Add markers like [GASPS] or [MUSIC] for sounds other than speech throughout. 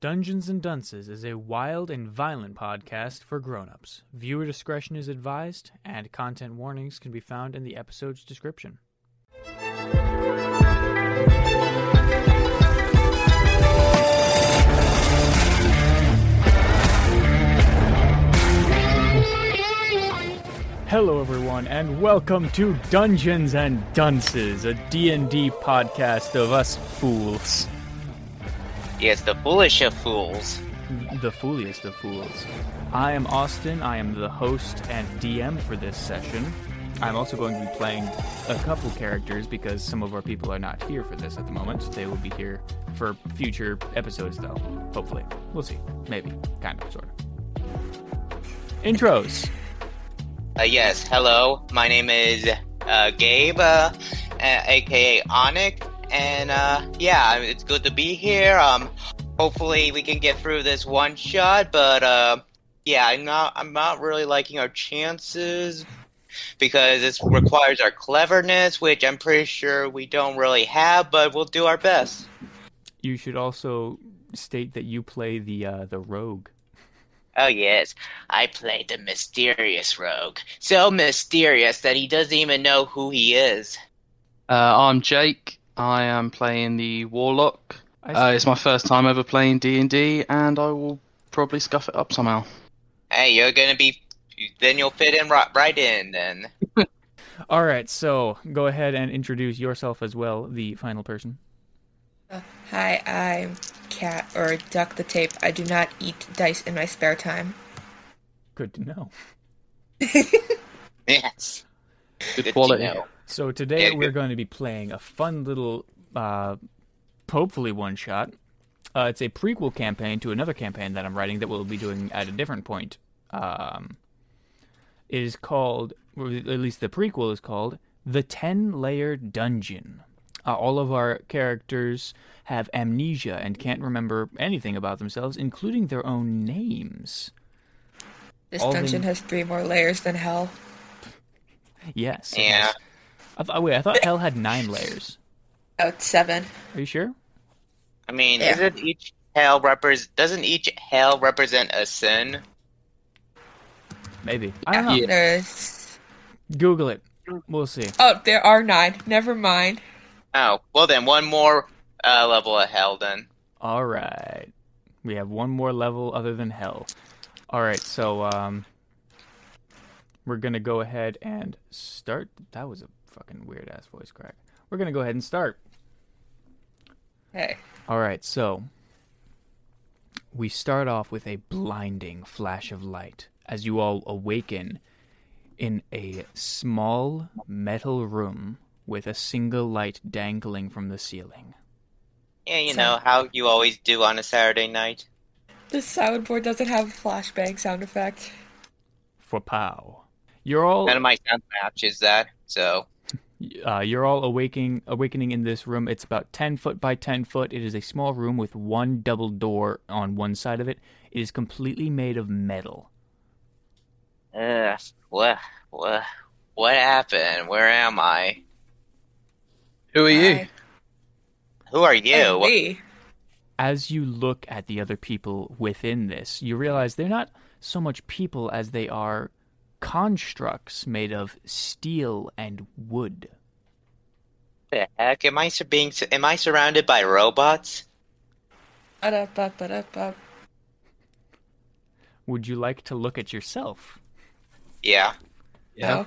Dungeons and Dunces is a wild and violent podcast for grown-ups. Viewer discretion is advised, and content warnings can be found in the episode's description. Hello everyone and welcome to Dungeons and Dunces, a D&D podcast of us fools. Yes, the foolish of fools. the fooliest of fools. I am Austin. I am the host and DM for this session. I'm also going to be playing a couple characters because some of our people are not here for this at the moment. They will be here for future episodes, though. Hopefully. We'll see. Maybe. Kind of, sort of. Intros. Uh, yes, hello. My name is uh, Gabe, uh, a- aka Onik, and uh, yeah, it's good to be here. Um, hopefully we can get through this one shot, but uh, yeah, I'm not. I'm not really liking our chances because this requires our cleverness, which I'm pretty sure we don't really have, but we'll do our best. You should also state that you play the uh, the rogue. Oh, yes. I played the mysterious rogue. So mysterious that he doesn't even know who he is. Uh, I'm Jake. I am playing the Warlock. Uh, it's my first time ever playing D and D, and I will probably scuff it up somehow. Hey, you're gonna be. Then you'll fit in right, right in, then. [LAUGHS] All right, so go ahead and introduce yourself as well, the final person. Hi, I'm Cat or Duck the Tape. I do not eat dice in my spare time. Good to know. Yes. Good, to quality. know. So today Yeah, we're good. going to be playing a fun little, uh, hopefully one shot. Uh, it's a prequel campaign to another campaign that I'm writing that we'll be doing at a different point. Um, it is called, or at least the prequel is called, the Ten Layer Dungeon. Uh, all of our characters have amnesia and can't remember anything about themselves, including their own names. This All dungeon the- has three more layers than hell. Yes. it Yeah. has. I th- oh, wait, I thought Hell had nine layers. Oh, it's seven. Are you sure? I mean, Yeah. isn't each hell repres? Doesn't each hell represent a sin? Maybe. I don't know. Yeah. There's Google it. We'll see. oh, there are nine. Never mind. Oh, well then, one more uh, level of hell, then. All right. We have one more level other than hell. All right, so um we're going to go ahead and start. That was a fucking weird ass voice crack. We're going to go ahead and start. Hey, All right, so we start off with a blinding flash of light as you all awaken in a small metal room with a single light dangling from the ceiling. Yeah, you Sin. know how you always do on a Saturday night. the soundboard doesn't have a flashbang sound effect. For pow. You're all None of my sound matches that, so uh, you're all awaking awakening in this room. It's about ten foot by ten foot. It is a small room with one double door on one side of it. It is completely made of metal. Ugh, what, what, what happened? Where am I? Who are you? Hi. Oh, Who are And you? we. As you look at the other people within this, you realize they're not so much people as they are constructs made of steel and wood. What the heck? Am I sur- being? su- Am I surrounded by robots? Ba-da-ba, ba-da-ba. Would you like to look at yourself? Yeah. No.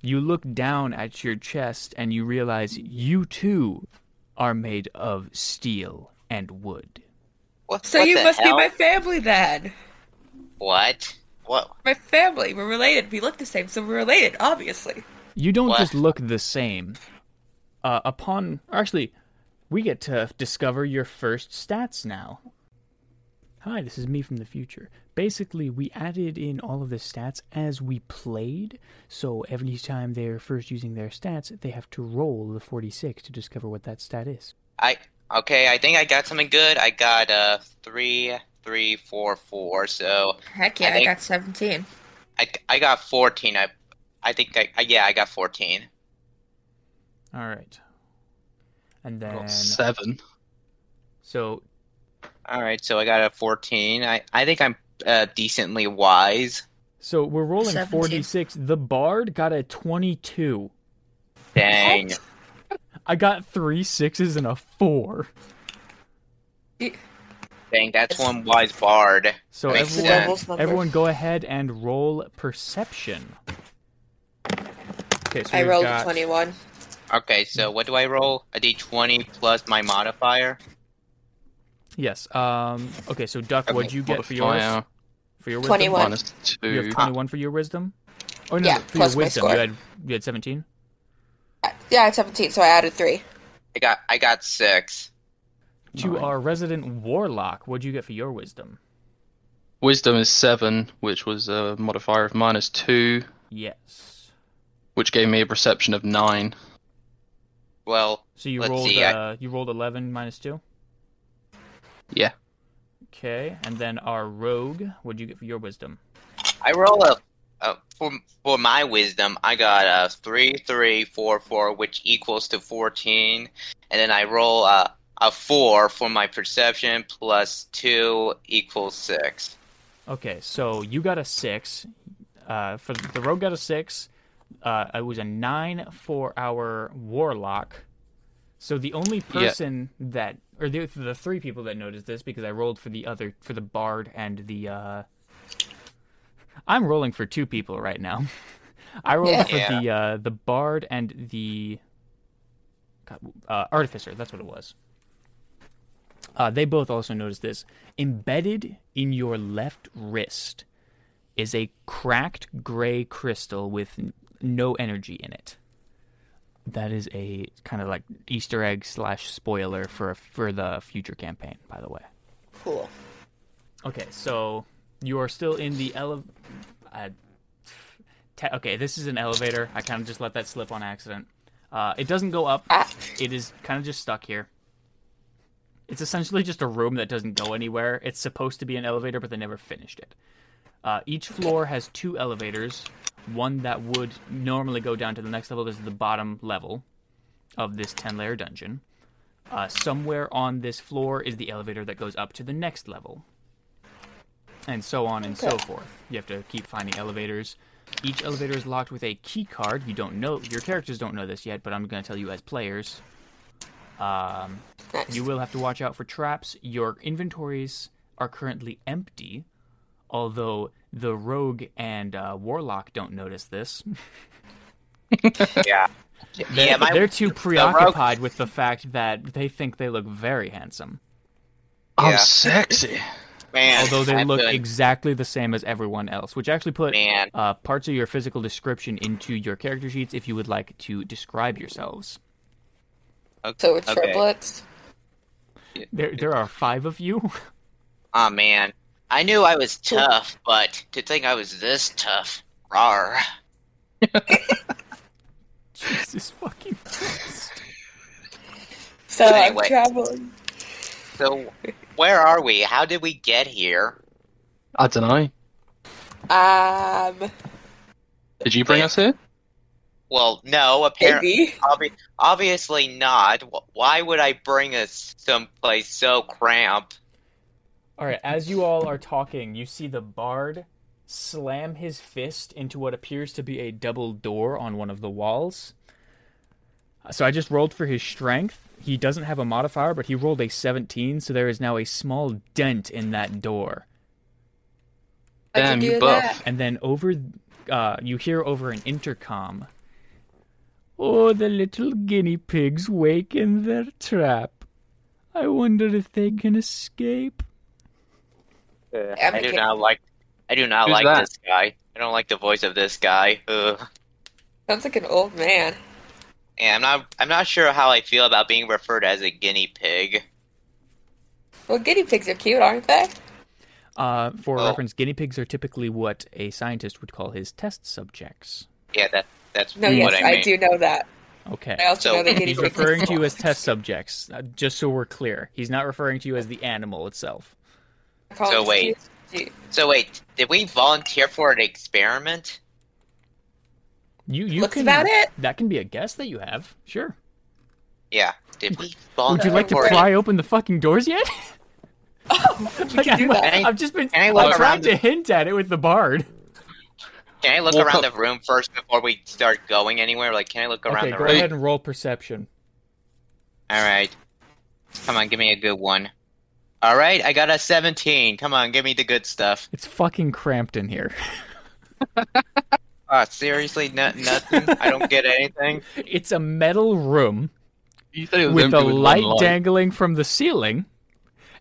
You look down at your chest and you realize you too are made of steel and wood. What? So what you the must hell? be my family then. What? What? My family. We're related. We look the same, so we're related, obviously. You don't What? just look the same. Uh, upon actually, we get to discover your first stats now. Hi, this is me from the future. Basically, we added in all of the stats as we played, so every time they're first using their stats, they have to roll the 46 to discover what that stat is. I okay. I think I got something good. I got uh three, three, four, four. So Heck yeah, I think- got seventeen. I I got fourteen. I I think I, I yeah I got fourteen. All right. And then Got seven. So All right, so I got a 14. I, I think I'm uh, decently wise. So we're rolling 17. 46. The bard got a 22. Dang. I got three sixes and a four. Dang, that's one wise bard. So Makes everyone, sense. Devil's number. everyone go ahead and roll perception. Okay, so I we've rolled got- a 21. Okay, so what do I roll? A d20 plus my modifier? Yes. Um. Okay, so Duck, what'd you get for yours? Modifier, For your wisdom? 21. minus two. You have 21 for your wisdom? Oh, no, Yeah, for plus your my wisdom. score. You had, you had 17? Uh, Yeah, I had 17, so I added 3. I got I got six. To Nine. our resident warlock, what'd you get for your wisdom? Wisdom is seven, which was a modifier of minus two, Yes. which gave me a perception of nine. Well, So you Let's rolled see, I- uh, you rolled 11 minus 2? Yeah. Okay, and then our rogue, what'd you get for your wisdom? I roll a, a for for my wisdom. I got a three, three, four, four, which equals to 14, and then I roll a a four for my perception plus two equals [LAUGHS] six. Okay, so you got a six. Uh, for the rogue got a six. Uh, it was a nine for our warlock. So the only person that, or the, the three people that noticed this, because I rolled for the other, for the bard and the. Uh... I'm rolling for two people right now. [LAUGHS] I rolled Yeah. for the uh, the bard and the God, uh, artificer. That's what it was. Uh, they both also noticed this. Embedded in your left wrist is a cracked gray crystal with n- no energy in it. That is a kind of like Easter egg slash spoiler for for the future campaign, by the way. Cool. Okay, so you are still in the ele. Uh, te- okay, this is an elevator. I kind of just let that slip on accident. Uh, it doesn't go up. Ah. It is kind of just stuck here. It's essentially just a room that doesn't go anywhere. It's supposed to be an elevator, but they never finished it. Uh, each floor has two elevators. One that would normally go down to the next level. This is the bottom level of this ten-layer dungeon. Uh, somewhere on this floor is the elevator that goes up to the next level and so on and so Okay. forth. You have to keep finding elevators. Each elevator is locked with a key card. You don't know your characters don't know this yet, but I'm going to tell you as players. Um, Nice. you will have to watch out for traps. Your inventories are currently empty, although the rogue and uh, warlock don't notice this. Yeah. [LAUGHS] yeah, my [LAUGHS] They're too preoccupied with the fact that they think they look very handsome, Yeah. I'm sexy. man. although they I'm look good. exactly the same as everyone else. Which actually put man. uh, parts of your physical description into your character sheets if you would like to describe yourselves. So we're Okay. triplets. There, there are five of you. [LAUGHS] Oh man, I knew I was tough, but to think I was this tough, rar. Jesus fucking Christ. So Anyway. I'm traveling. So, where are we? How did we get here? I don't know. Um, Did you bring us here? Well, no, apparently, maybe. obvi- obviously not. Wh- Why would I bring us someplace so cramped? All right, as you all are talking, you see the bard slam his fist into what appears to be a double door on one of the walls. So I just rolled for his strength. He doesn't have a modifier, but he rolled a 17, so there is now a small dent in that door. I Damn, can you do buff. that. And then over, uh, you hear over an intercom. Oh, the little guinea pigs wake in their trap. I wonder if they can escape. I'm I do okay. not like. I do not Who's like that? this guy. I don't like the voice of this guy. Ugh. Sounds like an old man. And I'm not. I'm not sure how I feel about being referred as a guinea pig. Well, guinea pigs are cute, aren't they? Uh, for Oh. reference, guinea pigs are typically what a scientist would call his test subjects. Yeah, that. That's No, Mm. what yes, I I, mean. do know that. Okay. I also So- know that guinea He's pigs. referring to you [LAUGHS] as test subjects, uh, just so we're clear. He's not referring to you as the animal itself. I call So them wait. [LAUGHS] cute. So wait, did we volunteer for an experiment? You, you What's can. about it? That can be a guess that you have. Sure. Yeah. Did we Would you volunteer like to for an pry open the fucking doors yet? Like, Oh, do I'm- that. I've just been Can I I look am trying around to hint at it with the bard. Can I look Well, around co- the room first before we start going anywhere? Like, can I look around Okay, the go room? ahead and roll perception. All right. Come on, give me a good one. All right, I got a 17. Come on, give me the good stuff. It's fucking cramped in here. Ah, seriously, no, nothing. I don't get anything. It's a metal room You said it was with empty a one light dangling from the ceiling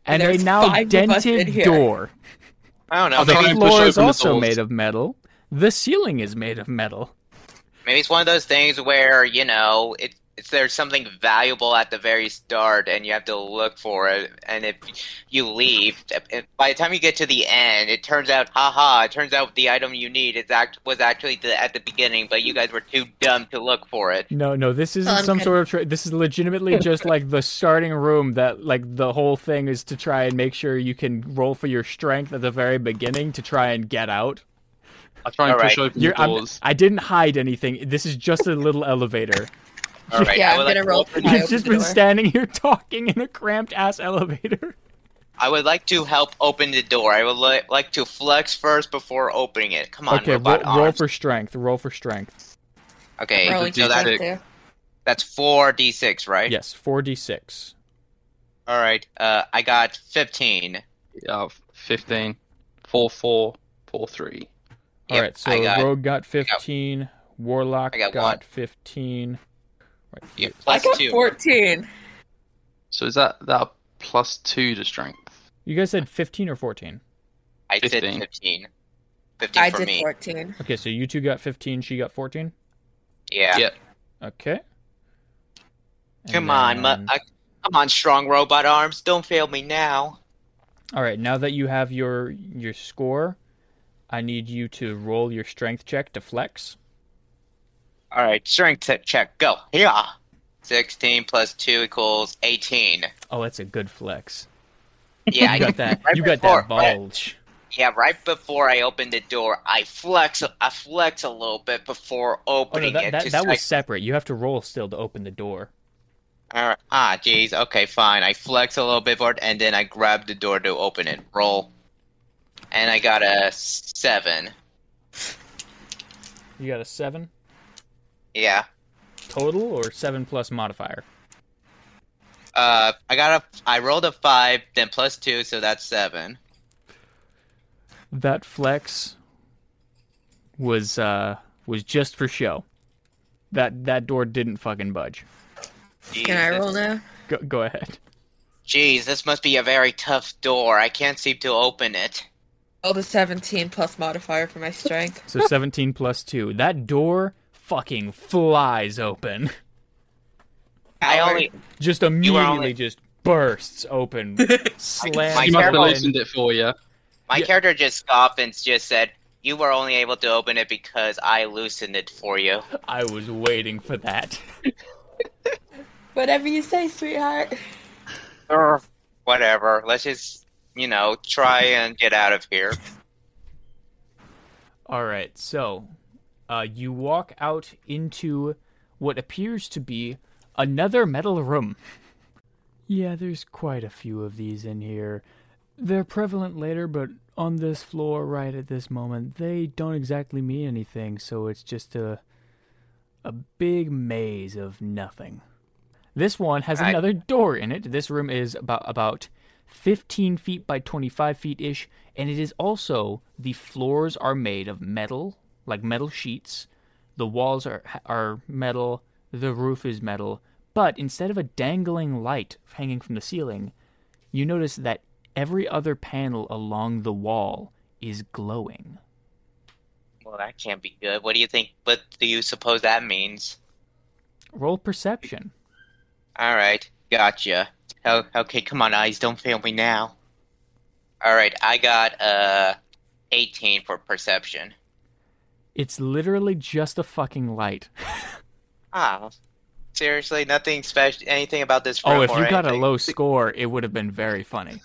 and a There's now five of us in dented here. door. I don't know. Are they- The Maybe, Try and push floor is open the also doors. made of metal. The ceiling is made of metal. maybe it's one of those things where you know it, it's there's something valuable at the very start, and you have to look for it. And if you leave, if- by the time you get to the end, it turns out, haha! It turns out the item you need is act was actually the, at the beginning, but you guys were too dumb to look for it. No, no, this isn't I'm some good. sort of. Tra- this is legitimately just like the starting room that, like, the whole thing is to try and make sure you can roll for your strength at the very beginning to try and get out. I try and Alright. push open You're, um, the I'm, doors. I didn't hide anything. This is just a little elevator. [LAUGHS] All right, yeah, I I'm would like gonna roll to for open- I You've opened just the been door. standing here [LAUGHS] talking in a cramped ass elevator. I would like to help open the door. I would li- like to flex first before opening it. Come on, okay, roll, robot roll arms. for strength. Roll for strength. Okay, Roll so a that- D6 there. that's four d six, right? Yes, four d six. All right. Uh, I got fifteen. Yeah, 15, 4, 4, 4, 3. All Yep, right, so I got- rogue got fifteen, warlock I got, got one. fifteen. Right, Yeah, I plus got two. 14. So is that that a plus 2 to strength? You guys said fifteen or fourteen. I said 15. fifteen. Fifteen I for did me. 14. Okay, so you two got fifteen. She got fourteen. Yeah. Yep. Okay. And Come on, mu- then- I- come on, strong robot arms. Don't fail me now. All right, now that you have your your score, I need you to roll your strength check to flex. All right, strength te- check. Go. Yeah. Sixteen plus two equals eighteen. Oh, that's a good flex. Yeah, I [LAUGHS] You got that. right you got before- that bulge. Yeah, right before I opened the door, I flex. I flex a little bit before Oh no, opening that it. that, just that like- was separate. You have to roll still to open the door. All right. Ah, jeez. Okay, fine. I flex a little bit for it, and then I grab the door to open it. Roll, and I got a seven. You got a seven Yeah. total or seven plus modifier. Uh, I got a. I rolled a five, then plus two, so that's seven. That flex was uh was just for show. That that door didn't fucking budge. Jeez, Can I this- roll now? Go go ahead. Jeez, this must be a very tough door. I can't seem to open it. Rolled a 17 plus modifier for my [LAUGHS] strength. [LAUGHS] So 17 plus 2. That door fucking flies open. [LAUGHS] I Howard. only. Just were immediately only- just bursts [LAUGHS] open. My slams You might have terrible- open. loosened it for you. My Yeah. character just scoffed and just said, "You were only able to open it because I loosened it for you." I was waiting for that. Whatever you say, sweetheart. Or whatever. Let's just, you know, try and get out of here. All right, so uh, you walk out into what appears to be another metal room. Yeah, there's quite a few of these in here. They're prevalent later, but on this floor right at this moment, they don't exactly mean anything, so it's just a a big maze of nothing. This one has Right. another door in it. This room is about about 15 feet by 25 feet ish, and it is also the floors are made of metal, like metal sheets. The walls are are metal, the roof is metal, but instead of a dangling light hanging from the ceiling, you notice that every other panel along the wall is glowing. Well, that can't be good. What do you think? What do you suppose that means? Roll perception. All right, gotcha. Oh, okay, come on, eyes, don't fail me now. All right, I got uh, eighteen for perception. It's literally just a fucking light. Ah, seriously, nothing special. Anything about this room? Oh, if or you got a anything? low score, it would have been very funny.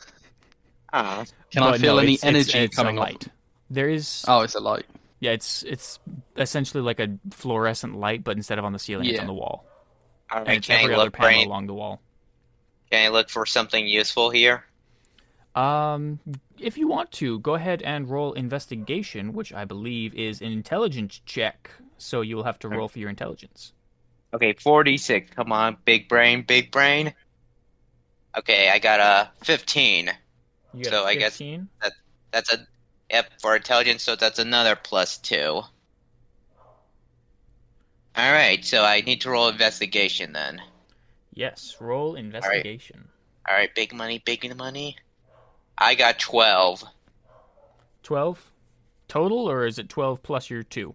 Ah, Can I But feel no, any it's- it's- energy it's a coming up? light. There is Oh, it's a light. Yeah, it's it's essentially like a fluorescent light, but instead of on the ceiling, it's Yeah. on the wall, all and right. it's Can I every other look panel brain? along the wall. Can I look for something useful here? Um, if you want to, go ahead and roll investigation, which I believe is an intelligence check. So you'll have to roll for your intelligence. Okay, 46. Come on, big brain, big brain. Okay, I got a 15. You got So a I guess- 15? That's a yep for intelligence, so that's another plus two. All right, so I need to roll investigation then. Yes, roll investigation. All right, big money, big money. I got 12. 12 total, or is it 12 plus your 2?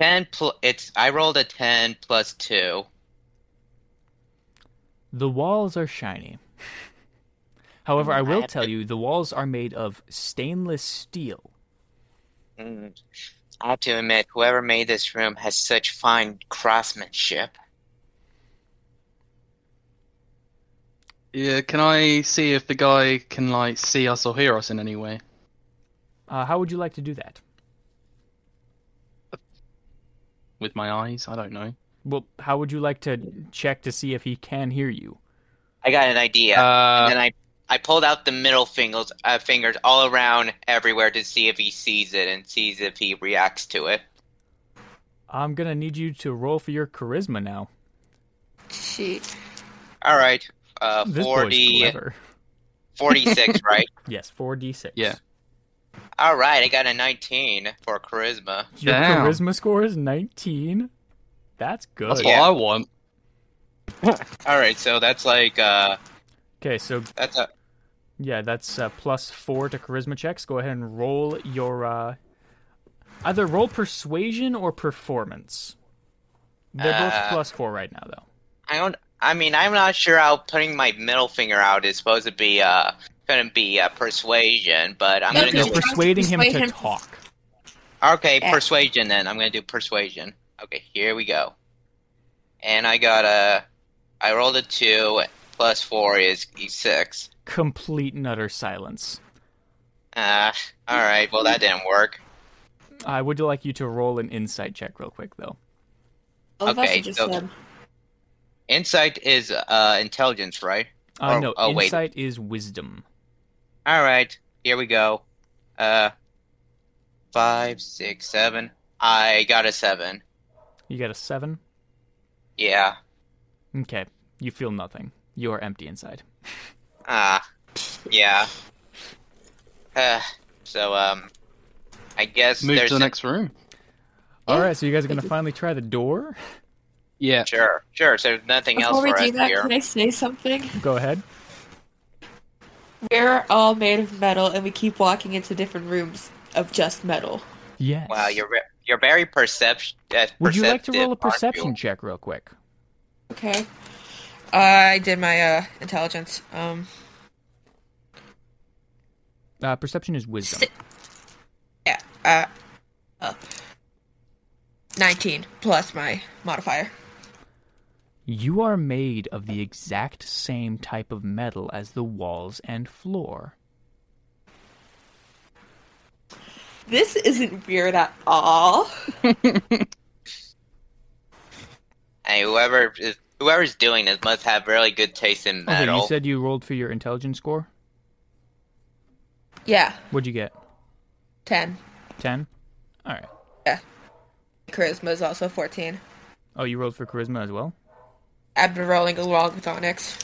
10 pl- it's I rolled a 10 plus 2. The walls are shiny. [LAUGHS] However, I will have tell to- you the walls are made of stainless steel. Mm. I have to admit, whoever made this room has such fine craftsmanship. Yeah, can I see if the guy can like see us or hear us in any way? Uh, how would you like to do that? With my eyes, I don't know. Well, how would you like to check to see if he can hear you? I got an idea. Uh, and then I I pulled out the middle fingers uh, fingers all around everywhere to see if he sees it and sees if he reacts to it. I'm gonna need you to roll for your charisma now. She. All right. Uh This boy's 40 clever. [LAUGHS] 46, right? Yes, four d six. Yeah. All right, I got a 19 for charisma. Your Damn. charisma score is 19. That's good. That's Yeah. what I want. All right, so that's like uh Okay, so that's a yeah, that's uh, plus four to charisma checks. Go ahead and roll your uh, either roll persuasion or performance. They're both Uh, plus four right now, though. I don't I mean, I'm not sure how putting my middle finger out is supposed to be uh going to be uh, persuasion, but I'm No, going to no, go You're with persuading him persuade to him. talk. Okay, Yeah. persuasion then. I'm gonna do persuasion. Okay, here we go. And I got a, I rolled a two plus four is e six. Complete and utter silence. Uh, all right. Well, that didn't work. I would like you to roll an insight check real quick, though. All of us Okay, are just so- said, Insight is uh intelligence, right? Uh, Oh, no, oh, wait. insight is wisdom. All right. Here we go. Uh, five, six, seven. I got a seven. You got a seven. Yeah. Okay, you feel nothing. You are empty inside. Ah, yeah. Uh, so um, I guess Move there's to the next room. All right, so you guys are gonna finally try the door. Yeah. Sure, sure. So there's nothing Before else we for do us that, here. can I say something? Go ahead. We're all made of metal, and we keep walking into different rooms of just metal. Yes. Wow, you're ve- you're very perception. Uh, Would you like to roll a perceptive, aren't perception you? check real quick? Okay. I did my uh, intelligence. Um, Uh, perception is wisdom. yeah. Uh, uh, 19 plus my modifier. You are made of the exact same type of metal as the walls and floor. This isn't weird at all. Hey, whoever is whoever's doing this must have really good taste in metal. Okay, you said you rolled for your intelligence score. [LAUGHS] Yeah, What'd you get? 10. Ten. All right. Charisma is also 14. Oh, you rolled for charisma as well. I've been rolling along with Onyx.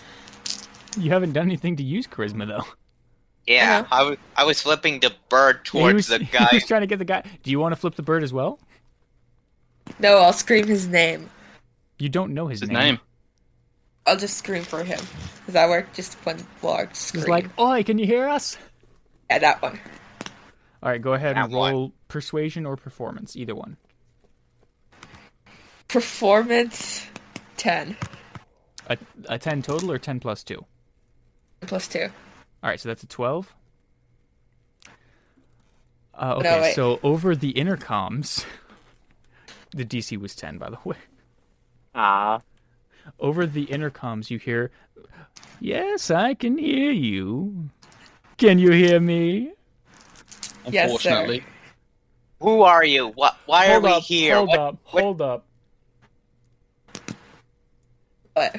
You haven't done anything to use charisma though. yeah, I was I was flipping the bird he towards was, the [LAUGHS] he guy. was trying to get the guy. Do you want to flip the bird as well? No, I'll scream his name. You don't know his, His name. I'll just scream for him. Because I work just one large scream. He's like, "Oi, can you hear us?" yeah, that one. All right, go ahead and That one. roll persuasion or performance, either one. Performance 10 A, a 10 total or 10 plus 2? plus 2. All right, so that's a 12. Uh, No, okay, wait. so over the intercoms, [LAUGHS] the DC was 10, by the way. Ah, Over the intercoms, you hear, Yes, I can hear you. Can you hear me? Yes, sir. Unfortunately. who are you? What? Why hold are we up, here? Hold What- up, what- hold up. What?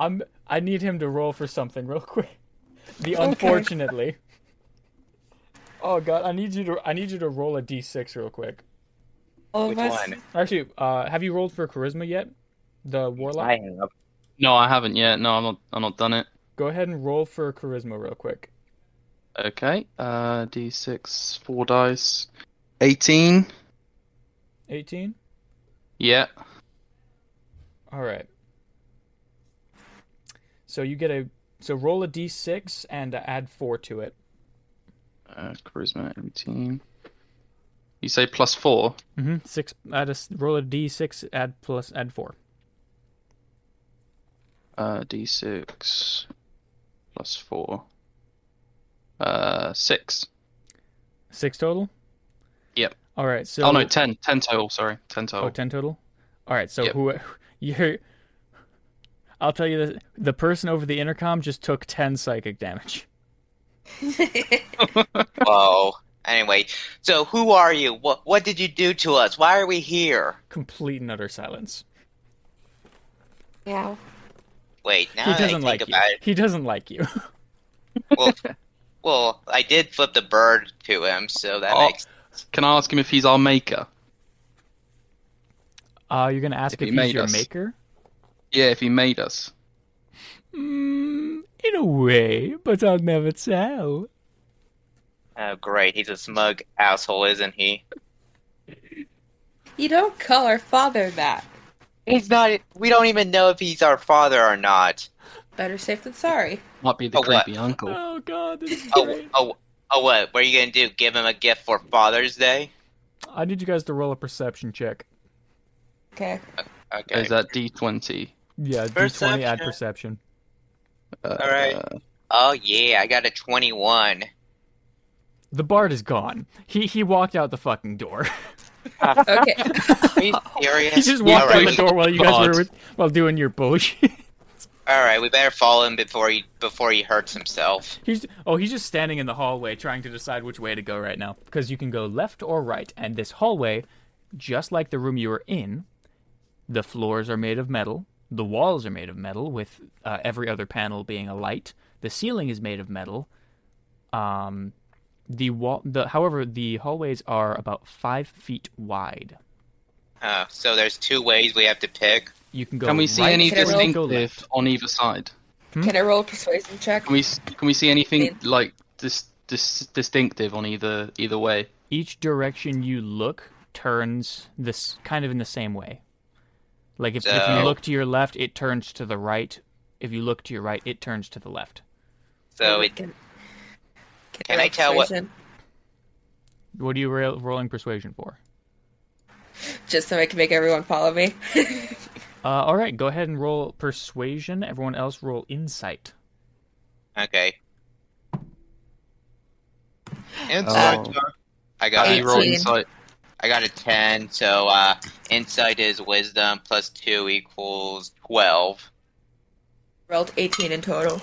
I'm, I need him to roll for something real quick. The Okay. unfortunately. Oh god, I need you to I need you to roll a d6 real quick. All Which of us. [LAUGHS] one? Actually, uh, have you rolled for charisma yet? The warlock. I have. No, I haven't yet. No, I'm not. I'm not done it. Go ahead and roll for charisma real quick. Okay. Uh, d6, four dice, eighteen. 18. Yeah. All right. So you get a so roll a d6 and uh, add 4 to it. Uh, charisma eighteen. You say plus four. Mhm. 6 add a s- roll a d6 add plus add 4. Uh, d6 plus four. Uh, six. 6 total? Yep. All right. So Oh no, ten. Ten total. Sorry, ten total. Oh, 10 total. All right, so Yep. who [LAUGHS] you I'll tell you this, the person over the intercom just took 10 psychic damage. [LAUGHS] Whoa. Anyway, so who are you? What what did you do to us? Why are we here? Complete and utter silence. Meow. Wait, now He that I doesn't think like you. about it, He doesn't like you. [LAUGHS] well, well, I did flip the bird to him, so that Oh. makes Can I ask him if he's our maker? Uh, you're going to ask If if, he he's made your us. maker? Yeah, if he made us. Mm, in a way, but I'll never tell. Oh, great. He's a smug asshole, isn't he? You don't call our father that. He's not. e, We don't even know if he's our father or not. Better safe than sorry. Might be the Oh, what? creepy uncle. Oh god, this is [LAUGHS] Oh, great. oh, oh, what? What are you gonna do? Give him a gift for Father's Day? I need you guys to roll a perception check. Okay. Okay. Is that d20? Yeah, d20 add perception. Uh, All right. Oh yeah, I got a twenty-one. The bard is gone. He he walked out the fucking door. [LAUGHS] Okay. Are you serious? he just walked out the Alright, door while you guys God. were with, while doing your bullshit. All right, we better follow him before he before he hurts himself. He's oh, he's just standing in the hallway trying to decide which way to go right now because you can go left or right, and this hallway, just like the room you were in, the floors are made of metal, the walls are made of metal, with uh, every other panel being a light. The ceiling is made of metal. Um, the wall, the however, the hallways are about five feet wide. Uh, so there's two ways we have to pick. You can go. Can we see right any or you Can I roll? can go left. distinctive on either side? Can I roll a persuasion check? Can we s- can we see anything like dis, dis, distinctive on either either way? each direction you look turns this kind of in the same way. Like if, if So- you look to your left, it turns to the right. If you look to your right, it turns to the left. Oh So it, Can, Can roll I tell what- persuasion? What are you ra- rolling persuasion for? Just so I can make everyone follow me. [LAUGHS] Uh, all right, go ahead and roll persuasion. Everyone else roll insight. okay. Oh. Insight. I got Uh, it. you roll Eighteen. insight. I got a 10, so uh, insight is wisdom plus 2 equals 12. Rolled 18 in total.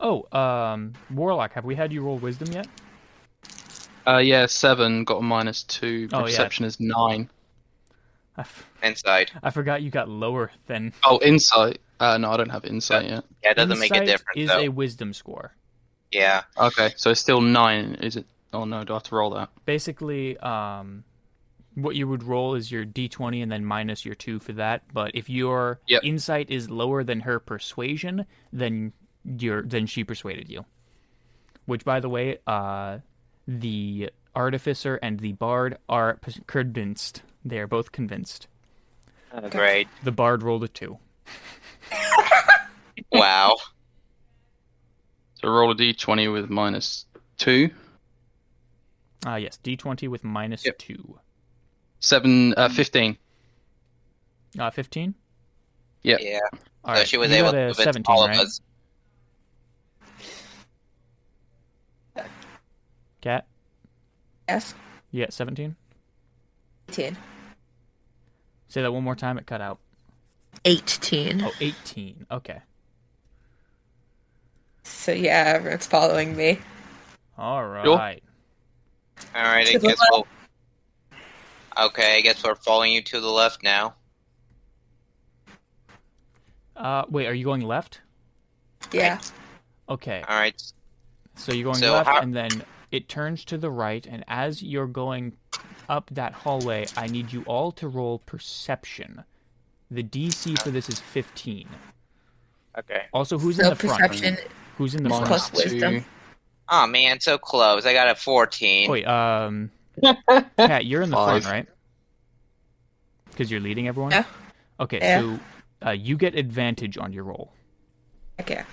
Oh, um, Warlock, have we had you roll wisdom yet? Uh, yeah, seven got a minus two. Oh, yeah. Perception is nine. I, f- Insight. I forgot you got lower than. Oh, insight. Uh, no, I don't have insight yet. Yeah, it doesn't make a Insight difference, Is though. a wisdom score. Yeah. Okay, so it's still nine. Is it? Oh no, do I have to roll that? basically um, what you would roll is your d20 and then minus your 2 for that but if your Yep. insight is lower than her persuasion then your then she persuaded you which by the way uh, the artificer and the bard are p- convinced they are both convinced Oh, great. the bard rolled a 2 [LAUGHS] wow. So roll a d20 with minus two. uh, yes d20 with minus Yep. 2 Seven. Uh, fifteen. uh, 15 Yep. Yeah. all so right she was you got able to a convince 17 all right of us. cat Yes. yeah 17 18. say that one more time it cut out 18. oh 18 okay So yeah, everyone's following me. all right All right, I To the guess we'll... Okay, I guess we're following you to the left now. Uh, wait, are you going left? Yeah. Okay. All right. So you're going So left, how- and then it turns to the right. And as you're going up that hallway, I need you all to roll perception. The DC for this is 15. Okay. Also, who's in So the front? perception. Who's in the Minus front? plus wisdom. Oh man, so close. I got a fourteen. [LAUGHS] Wait, um, Pat, you're in the front, Five. right? Because you're leading everyone. Yeah. Okay, Yeah. so uh, you get advantage on your roll. Okay.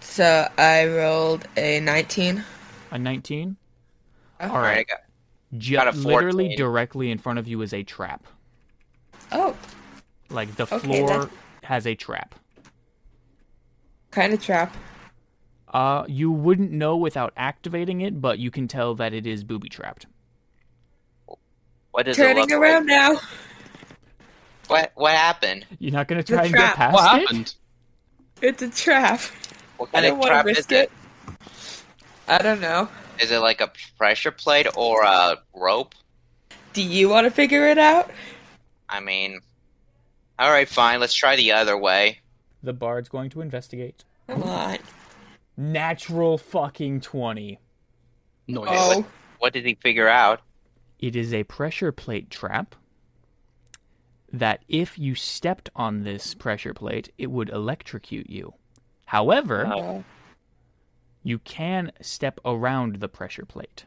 So I rolled a 19. A 19. Oh. All Alright, I right. got Ju- got a literally 14. directly in front of you is a trap. Oh, Like the Okay, floor that's- has a trap. kind of trap. Uh, you wouldn't know without activating it, but you can tell that it is booby trapped. what does it Turning look around like? now. What what happened? You're not gonna try and trap. get past What it. happened? It's a trap. What I kind don't of want to trap is risk it? it. I don't know. Is it like a pressure plate or a rope? Do you want to figure it out? I mean, all right, fine. Let's try the other way. The bard's going to investigate. Come on. Natural fucking twenty. Nice. Oh, What did he figure out? It is a pressure plate trap that if you stepped on this pressure plate, it would electrocute you. However, Oh. you can step around the pressure plate.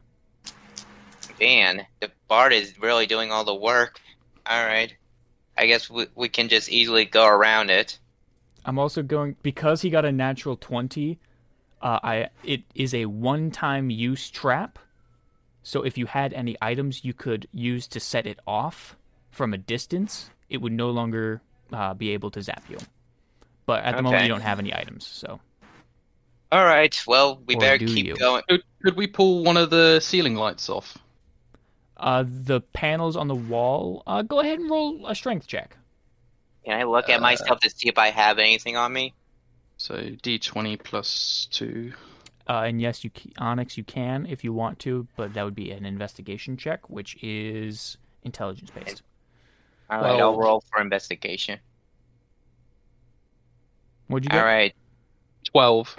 Man, the bard is really doing all the work. All right, I guess we we can just easily go around it. I'm also going because he got a natural 20. Uh, I it is a one-time use trap. So if you had any items you could use to set it off from a distance, it would no longer uh, be able to zap you. But at the moment, Okay. you don't have any items, so All right. Well, we Or better do keep you? going. Could, could we pull one of the ceiling lights off? Uh, the panels on the wall. Uh, go ahead and roll a strength check. Can I look at Uh, myself to see if I have anything on me? So D20 plus two. Uh, and yes, you ca- Onyx, you can if you want to, but that would be an investigation check, which is intelligence based. All right, Well- I'll roll for investigation. What'd you get? All right. Twelve.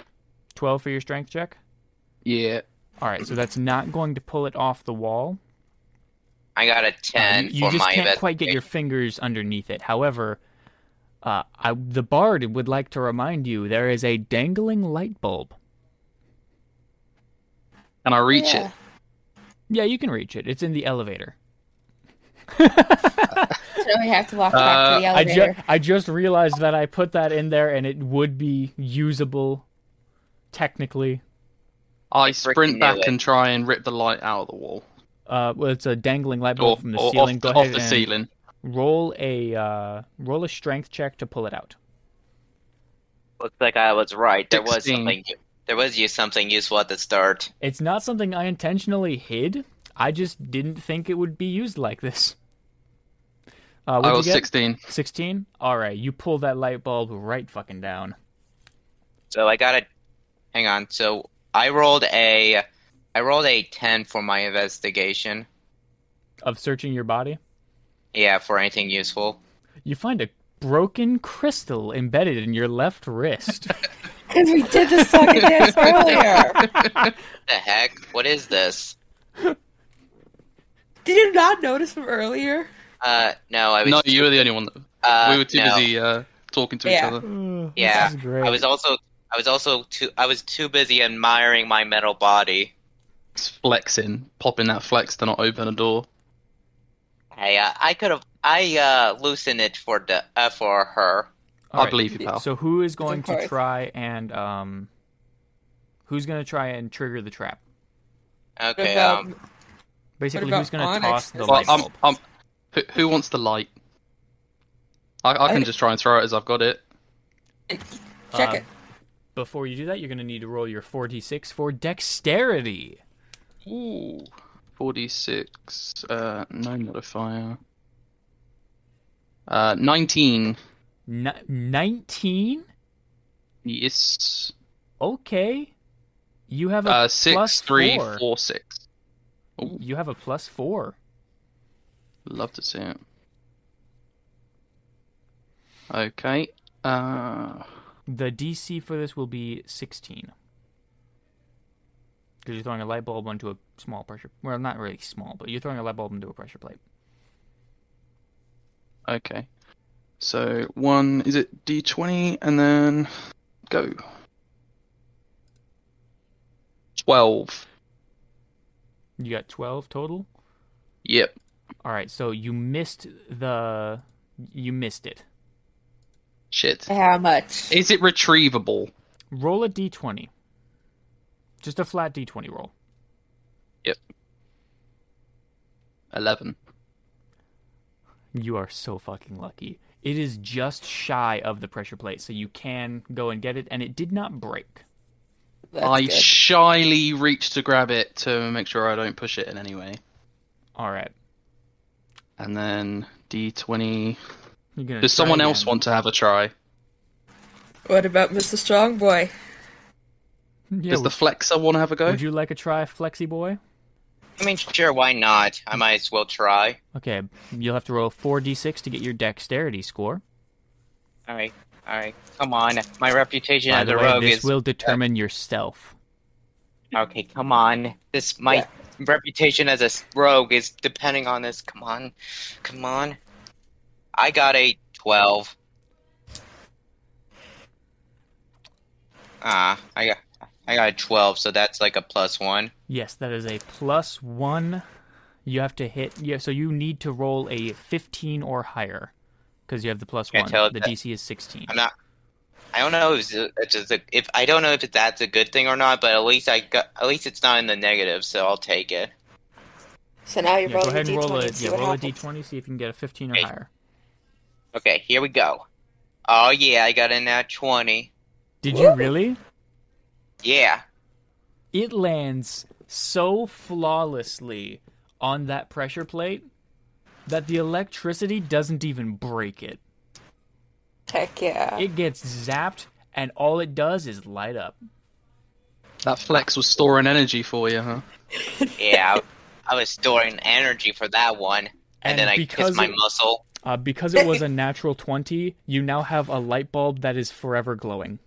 Twelve for your strength check. Yeah. All right, so that's not going to pull it off the wall. I got a Uh, ten you you for just my can't investigation. quite get your fingers underneath it. However, uh, I, the bard would like to remind you there is a dangling light bulb. Can I reach Yeah. it? Yeah, you can reach it. It's in the elevator. [LAUGHS] [LAUGHS] So we have to walk back to the Uh, I, ju- [LAUGHS] elevator. I just realized that I put that in there and it would be usable technically. I freaking sprint knew back it. and try and rip the light out of the wall. Uh, well, it's a dangling light bulb Or, from the or ceiling. off, Go off ahead the and ceiling. roll a uh, roll a strength check to pull it out. Looks like I was right. There was 16. something. There was you something useful at the start. It's not something I intentionally hid. I just didn't think it would be used like this. Uh, I what'd you was get? 16. 16? All right, you pull that light bulb right fucking down. So I got a. Hang on. So I rolled a. I rolled a ten for my investigation. Of searching your body, Yeah, for anything useful. you find a broken crystal embedded in your left wrist. because we did this [LAUGHS] fucking dance earlier. What the heck? What is this? Did you not notice from earlier? Uh, no, I was. No, you were the only one. That, uh, we were too no. busy uh, talking to Yeah. each other. Ugh, [LAUGHS] Yeah, this is great. I was also. I was also too. I was too busy admiring my metal body. It's flexing, popping that flex to not open a door. Hey, uh, I could have. I uh, loosened it for the uh, for her. All I believe you, pal. So who is going to course. try and um, who's going to try and trigger the trap? What Okay. about- Um, Basically, about who's going to Onyx? toss the Is Well, light I'm, bulb? I'm, who, who wants the light? I, I can I- just try and throw it as I've got it. Check Uh, it. Before you do that, you're going to need to roll your 4d6 for dexterity. Ooh. 46, uh, no modifier. Uh, 19. Ni- 19. Yes. Okay. You have a Uh, six, plus three, four. four, six. Ooh, You have a plus four. love to see it. Okay. Uh, The DC for this will be 16. because you're throwing a light bulb onto a small pressure. Well, not really small, but you're throwing a light bulb into a pressure plate. Okay. So one is it D twenty and then go. Twelve. You got twelve total. Yep. All right, so you missed the you missed it. Shit. Um, How much? Is it retrievable? Roll a d20. Just a flat d20 roll. Eleven. You are so fucking lucky. It is just shy of the pressure plate, so you can go and get it, and it did not break. That's I good. shyly reach to grab it to make sure I don't push it in any way. All right. And then D twenty. You're gonna Does try someone else again. want to have a try? What about Mr. Strongboy? Yeah, Does would, the flexer want to have a go? would you like a try, Flexi Boy? I mean, sure, why not? I might as well try. Okay, you'll have to roll 4d6 to get your dexterity score. All right, all right, come on. My reputation By as the a way, rogue this is will determine your stealth. okay. Come on, this my Yeah. reputation as a s- rogue is depending on this. Come on, come on. I got a twelve. Ah, I got I got a twelve, so that's like a plus one. Yes, that is a plus one. You have to hit. Yeah, so you need to roll a 15 or higher because you have the plus Can't one. tell The that- DC is 16. I'm not. I don't know if it's- it's just a, if I don't know if that's a good thing or not, but at least I got at least it's not in the negative, so I'll take it. So now you're Yeah, rolling go ahead a and roll a D20 and see yeah, what roll a happens. d20. See if you can get a 15 or Okay. higher. Okay, here we go. Oh yeah, I got a nat twenty. Did you really? Yeah. It lands so flawlessly on that pressure plate that the electricity doesn't even break it. Heck yeah. It gets zapped, and all it does is light up. That flex was storing energy for you, huh? Yeah, I, I was storing energy for that one, and, then I kissed because my it- muscle. Uh, because it was a natural 20, you now have a light bulb that is forever glowing.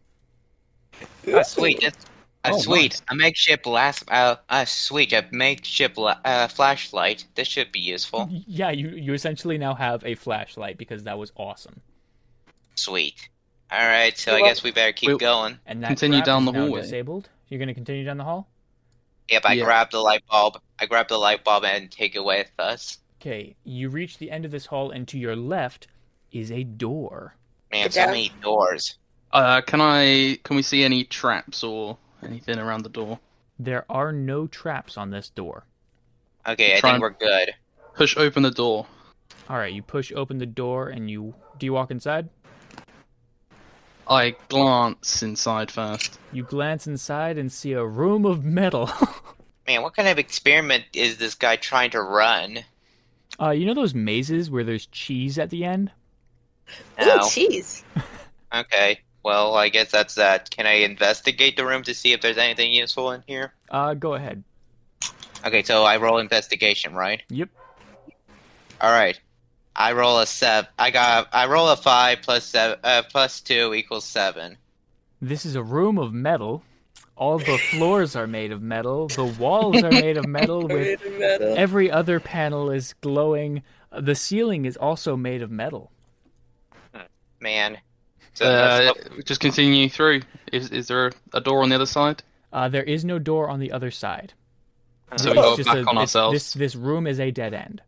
Oh, sweet, that's, uh, Oh, sweet, nice. a makeshift last, uh, uh, sweet, a makeshift la- uh, flashlight. This should be useful. Y- Yeah, you, you essentially now have a flashlight because that was awesome. Sweet. All right, so I Well- guess we better keep Well- going. And that Continue trap down is the now hallway. disabled. You're going to continue down the hall? Yep, I Yeah. grabbed the light bulb. I grabbed the light bulb and take it with us. Okay, you reach the end of this hall, and to your left is a door. Man, Good so job. many doors. Uh, can I? Can we see any traps or anything around the door? There are no traps on this door. Okay, I Trying- think we're good. Push open the door. All right, you push open the door, and you do you walk inside? I glance inside first. You glance inside and see a room of metal. [LAUGHS] Man, what kind of experiment is this guy trying to run? uh, you know those mazes where there's cheese at the end? No. Ooh, cheese. Okay. Well, I guess that's that. Can I investigate the room to see if there's anything useful in here? Uh, go ahead. Okay, so I roll investigation, right? Yep. All right. I roll a seven. I got. I roll a five plus seven. Uh, plus two equals seven. This is a room of metal. All the floors are made of metal. The walls are made of metal. With every other panel is glowing. The ceiling is also made of metal. Man. So Uh, that's- just continue through. Is is there a door on the other side? Uh, there is no door on the other side. So we It's go just back a- on this- ourselves. This this room is a dead end.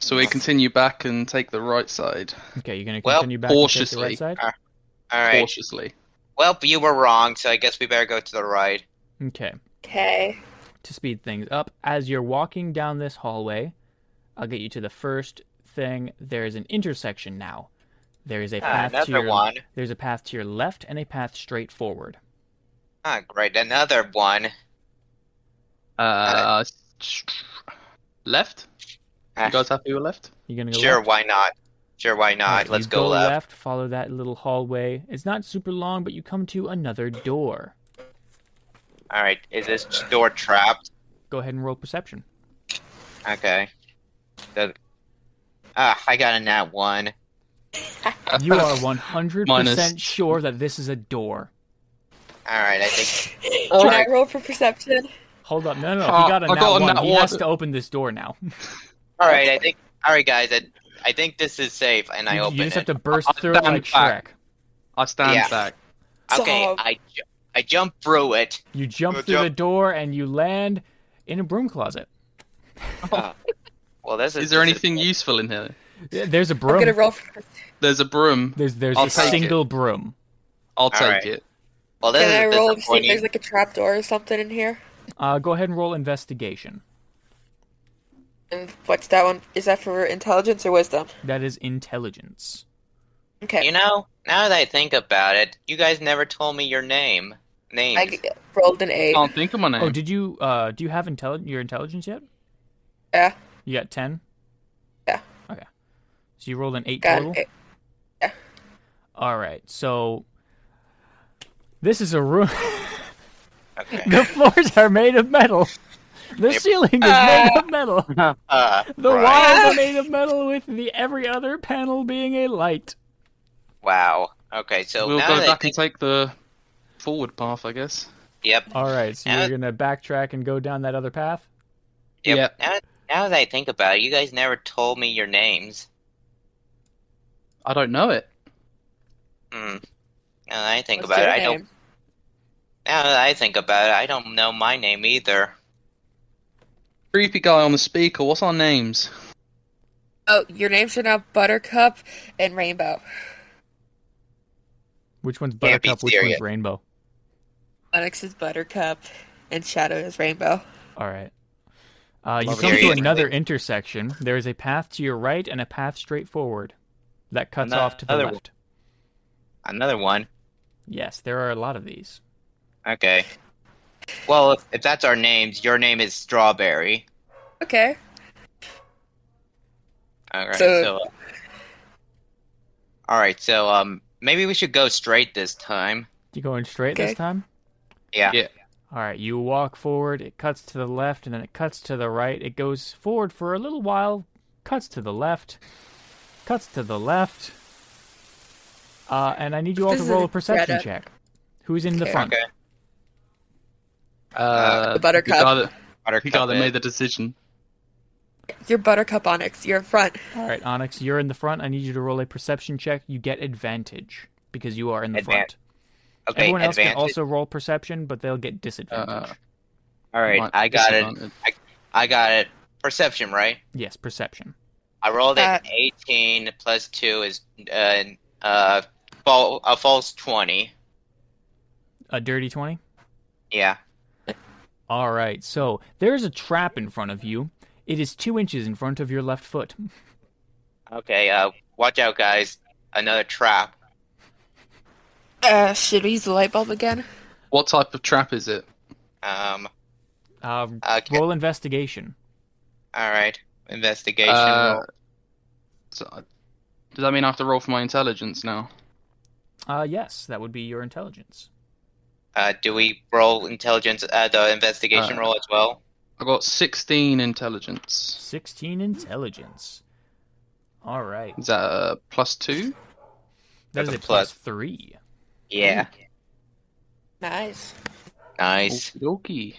So we continue back and take the right side Okay, you're gonna Well, continue back and take the cautiously. right side. all right. cautiously. Well, you were wrong, so I guess we better go to the right. Okay. Okay. to speed things up. As you're walking down this hallway, I'll get you to the first thing. There is an intersection now. There is a Ah, path to another your one. there's a path to your left and a path straight forward. Ah, great. Another one. Uh, s- left. Ah, You guys happy with left? You're gonna go sure. left? Why not? Sure. Why not? Alright, Let's you go, left. Follow that little hallway. It's not super long, but you come to another door. All right. Is this door trapped? Go ahead and roll [LAUGHS] perception. Okay. The- Ah, I got a nat one. You are 100% Minus- sure that this is a door. All right. I think. Can right. I roll for perception? Hold up. No, no, no. He Uh, got a I nat got a one. nat He has one. to open this door now. All right, I think. All right, guys. I, I think this is safe, and I you, open you just it. have to burst I'll through it stand like Shrek. back. I stand Yeah. back. Okay, Solve. I, ju- I jump through it. You jump Good through the job. door and you land in a broom closet. Oh. Ah, Well, this is. Is there this anything useful in here? Yeah, There's a I'm gonna broom. roll. For, There's a broom. There's there's I'll a take it. single broom. I'll take Alright. it. Well, this Can I is roll to see if disappointing. there's like a trapdoor or something in here? Uh, go ahead and roll investigation. And what's that one? Is that for intelligence or wisdom? That is intelligence. Okay. You know, now that I think about it, you guys never told me your name. Names. I g- rolled an eight. Can't think of my name. Oh, did you uh do you have intelli- your intelligence yet? yeah, You got ten. Yeah. Okay. So you rolled an eight got total. an eight. All right. So this is a room. [LAUGHS] Okay. the floors are made of metal. The ceiling is made of metal. Uh, The right. walls are made of metal, with the every other panel being a light. Wow. Okay, so we'll now go that I back and think- take the forward path, I guess. Yep. All right, so Yeah. you're gonna backtrack and go down that other path. Yep. Yeah. Now, now that I think about it, you guys never told me your names. I don't know it. Hmm. Now that I think What's about it, your I don't. name? Now that I think about it, I don't know my name either. Creepy guy on the speaker. What's our names? Oh, your names are now Buttercup and Rainbow. Which one's Can't be Buttercup? Which one's serious. Rainbow? Onyx is Buttercup, and Shadow is Rainbow. All right. Uh, you Love it. come to Seriously. another intersection. There is a path to your right and a path straight forward that cuts off to the Another left. Another one. Yes, there are a lot of these. Okay. Well, if, if that's our names, your name is Strawberry. Okay. All right. So. So- all right. So um, maybe we should go straight this time. You going straight this Okay. time? Yeah. Yeah. All right, you walk forward, it cuts to the left, and then it cuts to the right. It goes forward for a little while, cuts to the left, cuts to the left. Uh, and I need you all to This is roll a a perception Greta. check. Who's in the Okay. front? Okay. Uh, the Buttercup. The guy that, the Buttercup guy that is- made the decision. You're Buttercup Onyx. You're in front. All right, Onyx, you're in the front. I need you to roll a perception check. You get advantage because you are in the Advan- front. okay. Everyone else advantage. can also roll perception, but they'll get disadvantage. Uh, All right. Might- I got it. disadvantage. I got it. Perception, right? yes, perception. I rolled an That- 18 plus 2 is uh, uh, fal- a false 20. A dirty 20? Yeah. All right, so there's a trap in front of you. It is two inches in front of your left foot. Okay, uh, watch out, guys. Another trap. Uh, should we use the light bulb again? What type of trap is it? Um, Uh, okay. roll investigation. All right. Investigation. Uh, roll. So, I- does that mean I have to roll for my intelligence now? Uh, yes, that would be your intelligence. Uh, do we roll intelligence, uh, the investigation uh, roll as well? I got 16 intelligence. 16 intelligence. All right, Is that uh, plus two? that is That's a a plus. plus three. Yeah. Nice. Nice. Okie dokie.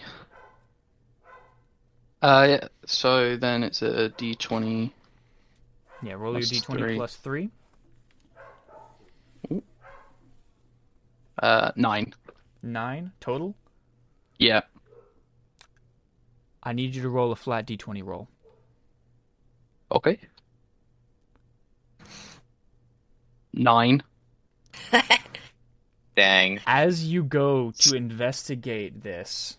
Uh, yeah, so then it's a d20. Yeah, roll Plus your d20 three. plus three. Uh, nine. Nine total. Yeah. I need you to roll a flat d20 roll. Okay. Nine. Dang. as you go to investigate this,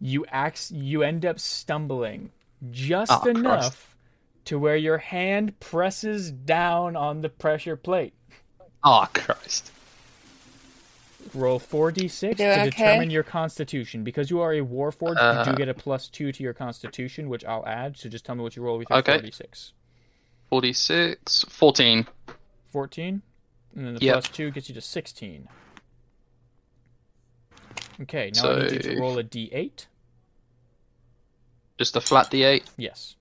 you ax- you end up stumbling just Ah, Christ. enough to where your hand presses down on the pressure plate. Ah, Christ. Roll 4d6 Doing to okay? determine your constitution. Because you are a warforged, you Uh. do get a plus 2 to your constitution, which I'll add. So just tell me what you roll with your Okay. 4d6. 46. 14. 14 and then the Yep. plus 2 gets you to 16 okay now i need you to So- roll a d8 Just a flat d8. yes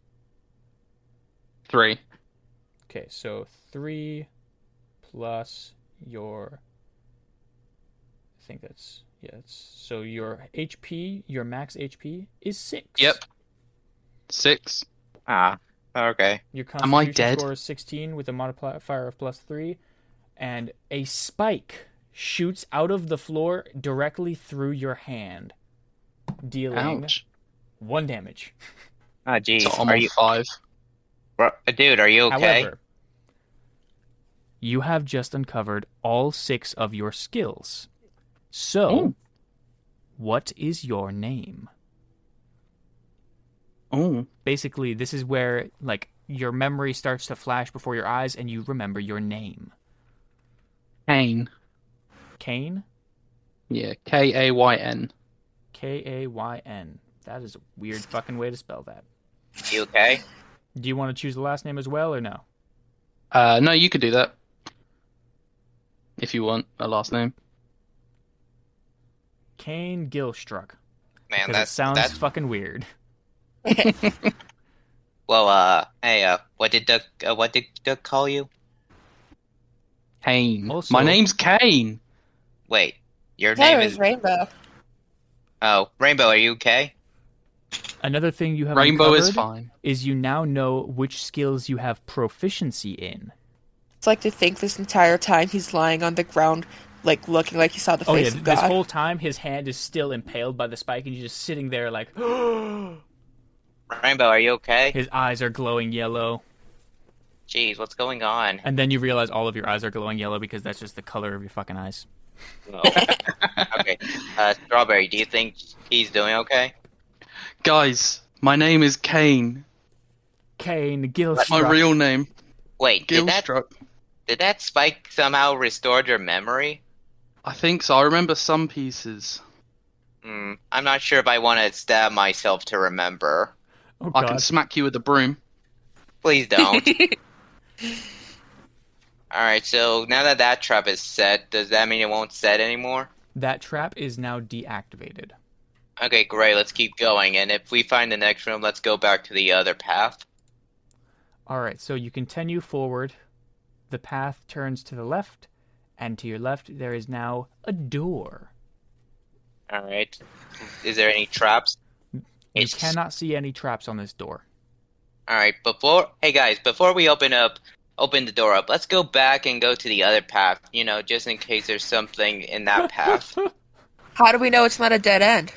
Three. okay so 3 plus your i think that's yep Yes. So your HP, your max HP is six. Yep. Six. Ah, okay. Your Am I constitution dead? score is 16 with a modifier of plus 3, and a spike shoots out of the floor directly through your hand, dealing Ouch. one damage. Ah, jeez. So I'm Are on you, five. bro- dude? Are you okay? However, you have just uncovered all six of your skills. So, Ooh. what is your name? Oh. Basically, this is where like your memory starts to flash before your eyes, and you remember your name. Kane. Kane. Yeah. K A Y N. K A Y N. That is a weird fucking way to spell that. you okay? Do you want to choose the last name as well or no? Uh, no, you could do that. If you want a last name. Kane Gilstruck. Man, Because that's it sounds that's fucking weird. well. Uh, hey, uh, what did Duck? Uh, what did Duck call you? Kane. Also- My name's Kane. Wait, your There name is is Rainbow. oh Rainbow. Are you okay? Another thing you have Rainbow is uncovered fine. is you now know which skills you have proficiency in. It's like to think this entire time he's lying on the ground, like looking like he saw the Oh face yeah, of this God. whole time his hand is still impaled by the spike and you're just sitting there like [GASPS] Rainbow, are you okay? his eyes are glowing yellow. Jeez, what's going on? And then you realize all of your eyes are glowing yellow because that's just the color of your fucking eyes. Oh. [LAUGHS] okay, uh, Strawberry, do you think he's doing okay? Guys, my name is Kane. Kane That's my Gilstruck. real name. Wait, did that Gilstruck. did that spike somehow restored your memory? I think so. I remember some pieces. Hmm, I'm not sure if I want to stab myself to remember. oh I can god. smack you with a broom. Please don't. All right, so now that that trap is set, does that mean it won't set anymore? That trap is now deactivated. Okay, great. Let's keep going, and if we find the next room, let's go back to the other path. All right, so you continue forward. The path turns to the left, and to your left there is now a door. All right. Is there any traps? You It's- cannot see any traps on this door. All right. Before, hey guys, before we open up, open the door up. Let's go back and go to the other path. You know, just in case there's something in [LAUGHS] that path. How do we know it's not a dead end?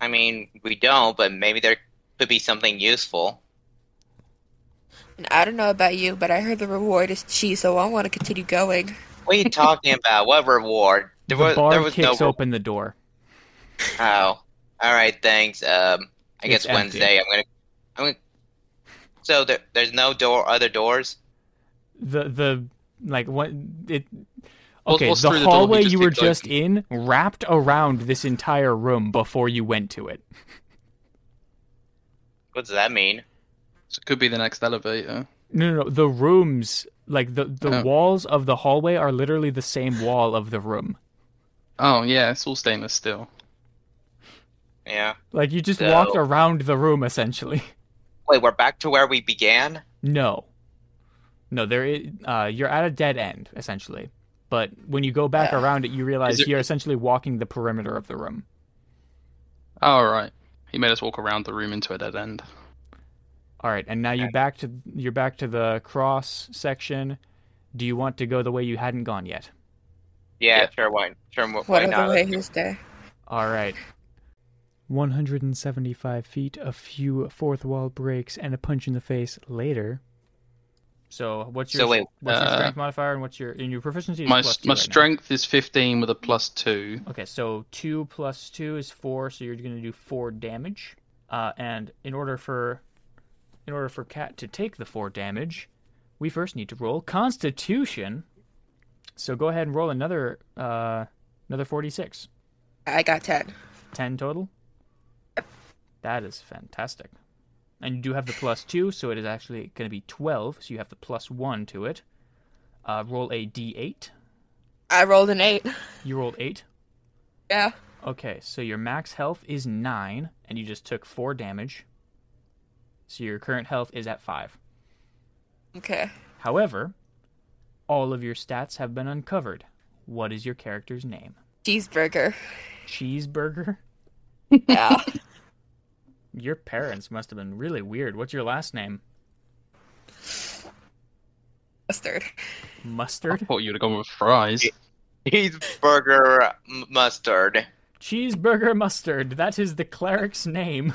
I mean, we don't, but maybe there could be something useful. And I don't know about you, but I heard the reward is cheese, so I want to continue going. What are [LAUGHS] you talking about? What reward? The There was bar there was no kicks re- open the door. Oh, all right. Thanks. Um, I It's guess Wednesday. I'm gonna. I'm gonna. So there, there's no door. Other doors. The the like what it What- Okay, what's the through the door he hallway just you were kicked open? just in wrapped around this entire room before you went to it. What does that mean? So it could be the next elevator. No, no, no. The rooms, like the the Oh. walls of the hallway, are literally the same wall of the room. Oh yeah, it's all stainless steel. Yeah. Like you just So- walked around the room essentially. Wait, we're back to where we began. No, no. There is. Uh, you're at a dead end essentially. But when you go back Yeah. around it, you realize Is there- you're essentially walking the perimeter of the room. All right. He made us walk around the room into a dead end. All right, and now you Okay. back to you're back to the cross section. Do you want to go the way you hadn't gone yet? Yeah, Yeah. sure. Why? Sure. wh- Why Whatever not? way he's there. All [LAUGHS] right. 175 feet, a few fourth wall breaks, and a punch in the face later. So what's your So wait, what's your uh, strength modifier and what's your and your proficiency? Is My plus two my right now. strength is 15 with a plus two. Okay, so two plus two is four, so you're going to do four damage. Uh, and in order for in order for Cat to take the four damage, we first need to roll Constitution. So go ahead and roll another uh, another forty six. I got 10. 10 total. That is fantastic. And you do have the plus 2, so it is actually going to be 12, so you have the plus 1 to it. Uh, roll a d8. I rolled an 8. You rolled 8. Yeah. Okay, so your max health is 9, and you just took 4 damage. So your current health is at 5. Okay. However, all of your stats have been uncovered. What is your character's name? [LAUGHS] Cheeseburger. Cheeseburger? Yeah. Your parents must have been really weird. What's your last name? Mustard. I [LAUGHS] Mustard? thought you'd have gone with fries. He's burger m- mustard. Cheeseburger Mustard. That is the cleric's name.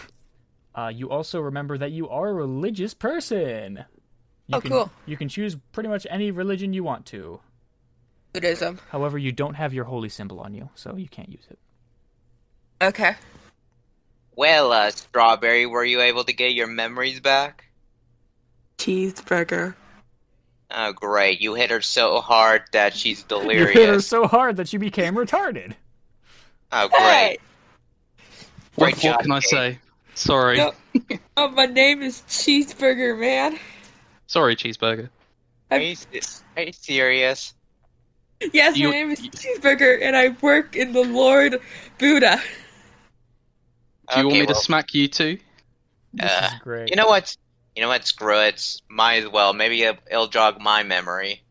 Uh, you also remember that you are a religious person. You Oh, can, cool. You can choose pretty much any religion you want to. Buddhism. However, you don't have your holy symbol on you, so you can't use it. Okay. Well, uh, Strawberry, were you able to get your memories back? Cheeseburger. Oh, great. You hit her so hard that she's [LAUGHS] You hit her delirious. so hard that she became retarded. Oh, great. What, Great job, what can I Kate. say? Sorry. No. Oh, my name is Cheeseburger, man. Sorry, cheeseburger. Are you, se- are you serious? Yes, You- my name is Cheeseburger, and I work in the Lord Buddha. Do you want Okay, me to well, smack you too? This Uh, is great. You know what? You know what? Screw it. S- Might as well. Maybe it- it'll jog my memory.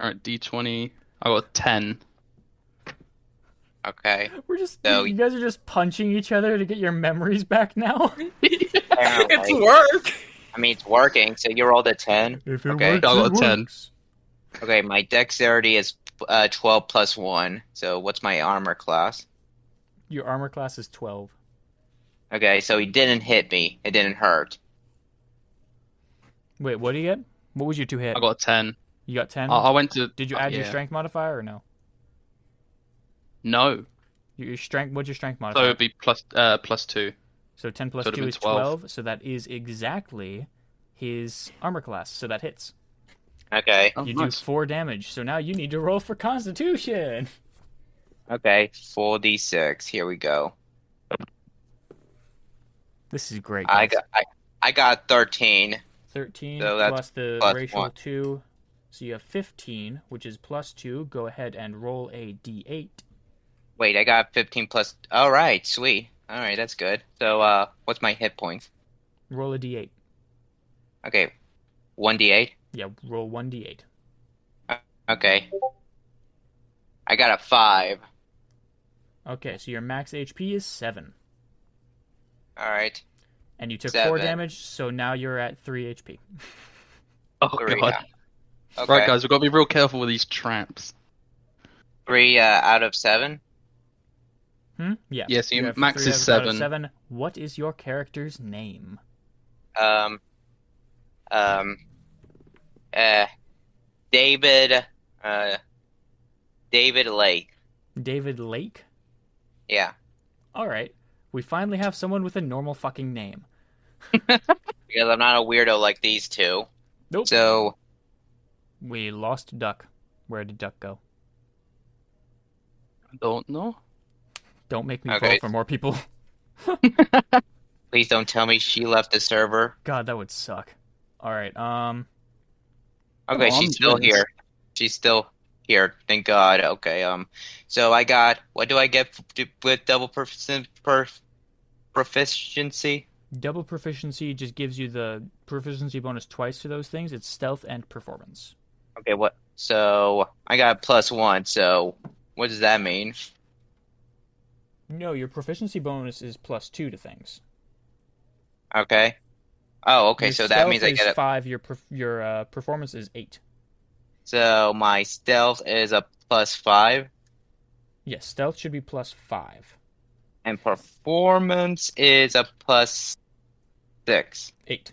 Alright, D20. I got 10. Okay. We're just No. you guys are just punching each other to get your memories back now. [LAUGHS] It's Apparently. work. I mean, it's working, so you rolled a 10. If it Okay. works, I got 10. Okay, my dexterity is uh, 12 plus 1. So what's my armor class? Your armor class is twelve. Okay, so he didn't hit me. It didn't hurt. Wait, what do you get? What was your two hit? I got 10. you got ten. I, I went to. Did you uh, add your yeah. strength modifier or no? No. Your your strength. What's your strength So modifier? it'd be plus, uh, plus 2. So ten plus so it'd two have is been 12. twelve. So that is exactly his armor class. So that hits. Okay. Oh, you nice. do four damage. So now you need to roll for Constitution. [LAUGHS] Okay, 4d6. Here we go. This is great. I guys. got I, I got 13. 13 So that's plus the plus racial one. 2. So you have 15, which is plus 2. Go ahead and roll a d8. Wait, I got 15 plus All right, sweet. All right, that's good. So uh what's my hit points? Roll a d8. Okay. 1d8. Yeah, roll 1d8. Okay. I got a 5. Okay, so your max HP is 7. All right. And you took 4 Seven. damage, so now you're at 3 HP. Oh, Three. God. uh, Okay. Right, guys, we've got to be real careful with these traps. 3 uh, out of 7. [LAUGHS] Hmm? Yeah. Yeah, so you your have max three is out of seven. seven. What is your character's name? Um um uh David uh David Lake. David Lake? Yeah. Alright. We finally have someone with a normal fucking name. Because I'm not a weirdo like these two. Nope. So We lost Duck. Where did Duck go? I don't know. Don't make me roll Okay. for more people. [LAUGHS] Please don't tell me she left the server. God, that would suck. All right. Um. Okay, Oh, I'm she's still jealous. here. She's still here. Thank God. Okay. Um. So I got. What do I get f- d- with double profici- perf- proficiency? Double proficiency just gives you the proficiency bonus twice to those things. It's stealth and performance. Okay. What? So I got plus one. So what does that mean? No, your proficiency bonus is plus two to things. Okay. Oh, okay. Your So that means I stealth is get it. five. Your perf- your uh, performance is eight. So my stealth is a plus five, Yes, stealth should be plus five. and performance is a plus six, Eight.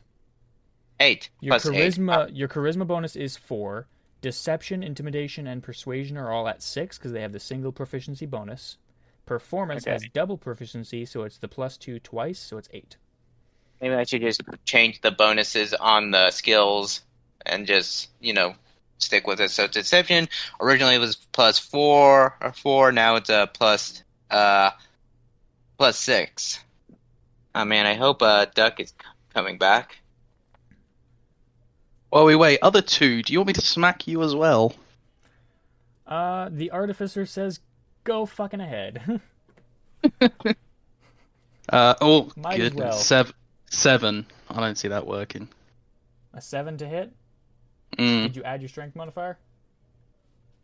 eight Your plus eight. Uh. charisma your charisma bonus is four. Deception, intimidation, and persuasion are all at six because they have the single proficiency bonus. Performance Okay. has double proficiency, so it's the plus two twice, so it's eight. Maybe I should just change the bonuses on the skills and just, you know, stick with it. So deception originally it was plus four or four, now it's a plus uh plus six. Oh man, I hope uh Duck is c- coming back. Well, we wait. Other two, do you want me to smack you as well? Uh, the artificer says, "Go fucking ahead." [LAUGHS] Uh, oh, Might as goodness. well. Sev- seven. I don't see that working. a seven to hit. Mm. Hmm. Did you add your strength modifier?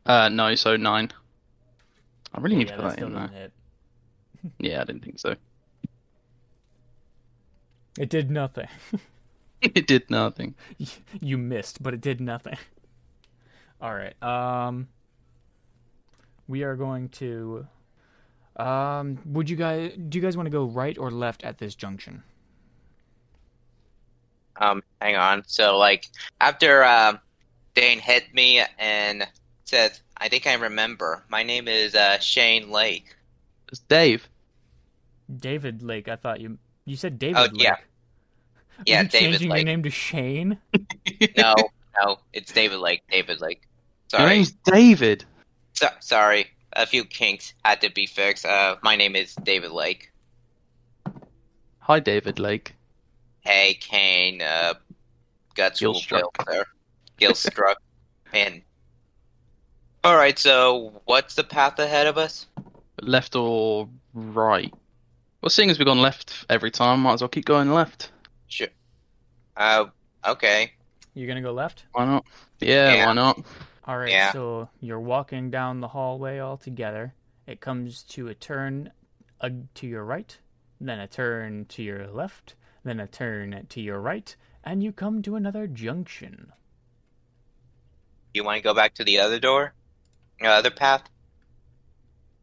Uh, no, so nine. I really need yeah, to that put that still in there. doesn't hit. Yeah, I didn't think so. It did nothing. [LAUGHS] it did nothing. you missed, but it did nothing. [LAUGHS] All right. Um we are going to um would you guys do you guys want to go right or left at this junction? Um, hang on. So, like, after um, Dane hit me and said, I think I remember. My name is uh, Shane Lake. It's Dave. David Lake, I thought you you said David Oh, Lake. yeah. Yeah, are you David changing Lake. your name to Shane? No, no, it's David Lake. David Lake. Your Sorry. name's David. So- sorry. A few kinks had to be fixed. Uh, my name is David Lake. Hi, David Lake. Hey, Kane. Uh, guts will Gilstruck. will, sir. Gilstruck. Man. All right. So, what's the path ahead of us? Left or right? Well, seeing as we've gone left every time, might as well keep going left. Sure. Uh, okay. You're going to go left? Why not? Yeah, Yeah. why not? All right, Yeah. so you're walking down the hallway all together. It comes to a turn uh, to your right, then a turn to your left, then a turn to your right, and you come to another junction. You want to go back to the other door? The other path?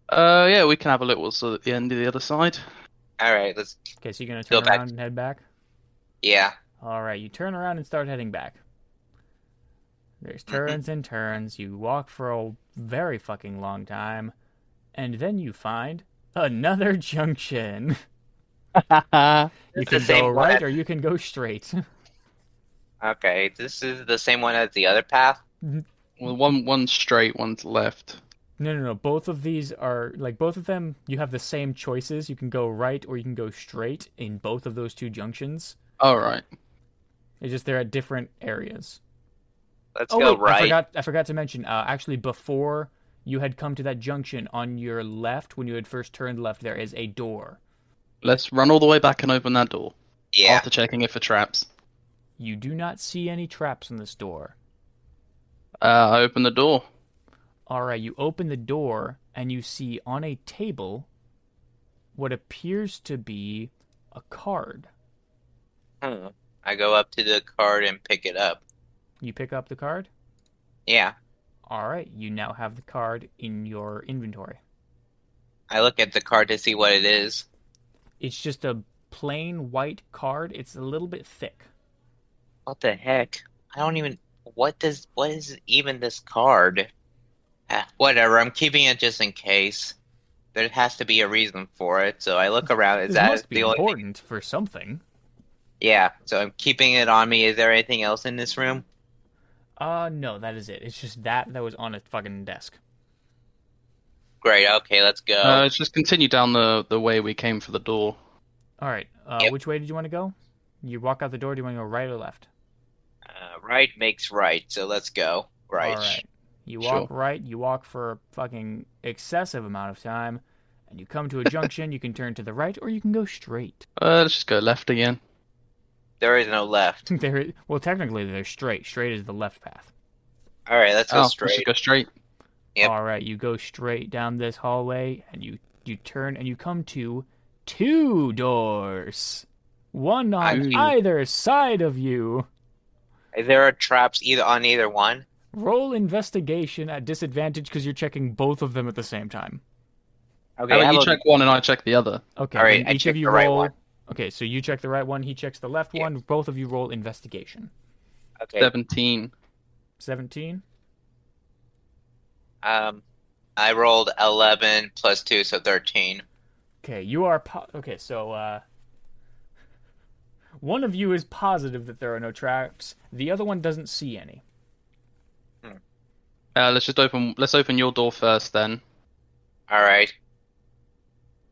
Uh, yeah, we can have a look what's at the end of the other side. All right. Let's. Okay, so you're going to Go turn back. around and head back? Yeah. All right, you turn around and start heading back. There's turns and turns. You walk for a very fucking long time, and then you find another [LAUGHS] junction. You It's the can go same one right as- or you can go straight. [LAUGHS] Okay. This is the same one as the other path. well, one one's straight, one's left. No, no, no. Both of these are like both of them. You have the same choices. You can go right or you can go straight in both of those two junctions. All right. It's just they're at different areas. Let's oh go wait, I right. forgot. I forgot to mention. Uh, actually, before you had come to that junction on your left, when you had first turned left, there is a door. Let's run all the way back and open that door Yeah. after checking it for traps. You do not see any traps in this door. Uh, I open the door. All right, you open the door and you see on a table what appears to be a card. Hmm. I go up to the card and pick it up. You pick up the card. Yeah. All right, you now have the card in your inventory. I look at the card to see what it is. It's just a plain white card. It's a little bit thick. What the heck? I don't even. What does? What is even this card? Ah, whatever. I'm keeping it just in case. There has to be a reason for it. So I look around. Is this that must be the only? thing- important for something. Yeah. So I'm keeping it on me. Is there anything else in this room? Uh no, that is it. It's just that that was on a fucking desk. Great. Okay. Let's go. Uh, let's just continue down the the way we came for the door. All right. Uh, Yep. Which way did you want to go? You walk out the door. Do you want to go right or left? Uh, right makes right, so let's go. Right. All right. You walk Sure. right. You walk for a fucking excessive amount of time, and you come to a junction. You can turn to the right or you can go straight. [LAUGHS] Uh, let's just go left again. There is no left. there. is- Well, technically, they're straight. Straight is the left path. All right, let's go oh, let's straight. just go straight. Yep. All right, you go straight down this hallway and you you turn and you come to two doors. One on Ooh. either side of you. There are traps either on either one. Roll investigation at disadvantage because you're checking both of them at the same time. Okay, How about how you about- check one and I check the other? Okay. All right, then I each of checked you the right roll. one. Okay, so you check the right one, he checks the left Yeah. one. Both of you roll investigation. okay. Seventeen. 17. Um, I rolled eleven plus two, so thirteen. Okay, you are po- okay. So uh, one of you is positive that there are no traps. The other one doesn't see any. Uh, let's just open. Let's open your door first, then. All right.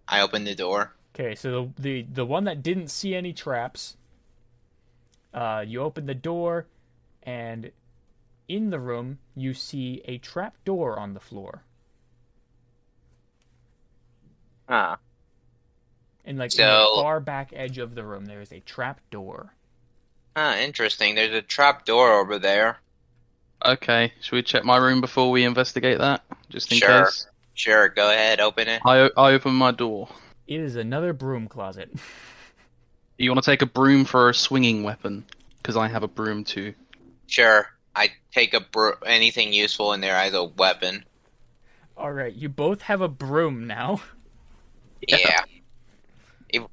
I opened the door. Okay, so the, the the one that didn't see any traps, uh, you open the door, and in the room you see a trap door on the floor, Huh. and like in So- the far back edge of the room there is a trap door. Huh, interesting. There's a trap door over there. Okay. Should we check my room before we investigate that, just in Sure. case? Sure, go ahead, open it. I, o- I open my door. It is another broom closet. [LAUGHS] You want to take a broom for a swinging weapon? Because I have a broom too. Sure, I take a bro- anything useful in there as a weapon. All right, you both have a broom now. [LAUGHS] Yeah. Evil,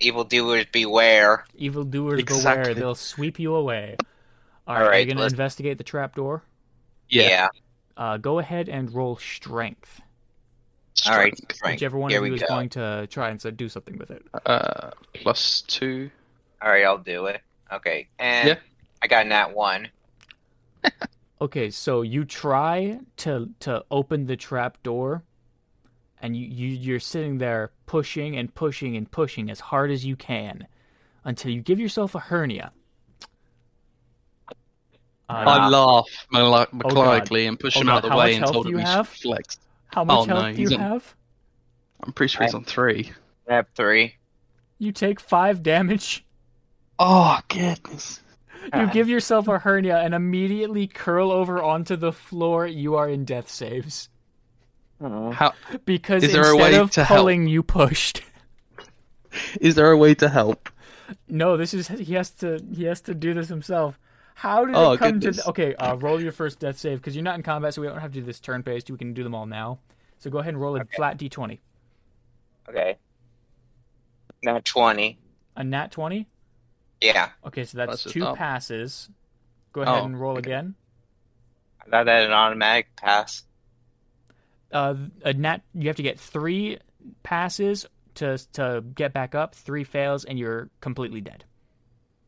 evildoers beware. Evildoers Exactly. beware, they'll sweep you away. All All right, are you right, going to let's- investigate the trapdoor? Uh, go ahead and roll strength. All right, Strength. Frank. Whichever one Here of we you is go. going to try and so, do something with it. Uh, plus two. All right, I'll do it. Okay, and Yeah. I got that one. Okay, so you try to to open the trap door, and you, you you're sitting there pushing and pushing and pushing as hard as you can, until you give yourself a hernia. Uh, I laugh mal- God. maniacally and push Oh him God, out of the how way much and health told do him you he should have? flex. how much oh, no, health do he's you on- have? I'm pretty sure he's on three. I have three. You take five damage. Oh goodness. You give yourself a hernia and immediately curl over onto the floor. You are in death saves How because Is there a instead way of to help? pulling, you pushed. is there a way to help? No, this is he has to he has to do this himself. How did Oh, it come to? goodness. th- Okay, uh, roll your first death save because you're not in combat, so we don't have to do this turn based. We can do them all now. So go ahead and roll a flat d20. Okay. Not twenty. A nat 20. Yeah, Okay, so that's That's just two up. passes. Go ahead Oh, and roll okay. again. I thought that an automatic pass. Uh, a nat you have to get three passes to to get back up. Three fails and you're completely dead.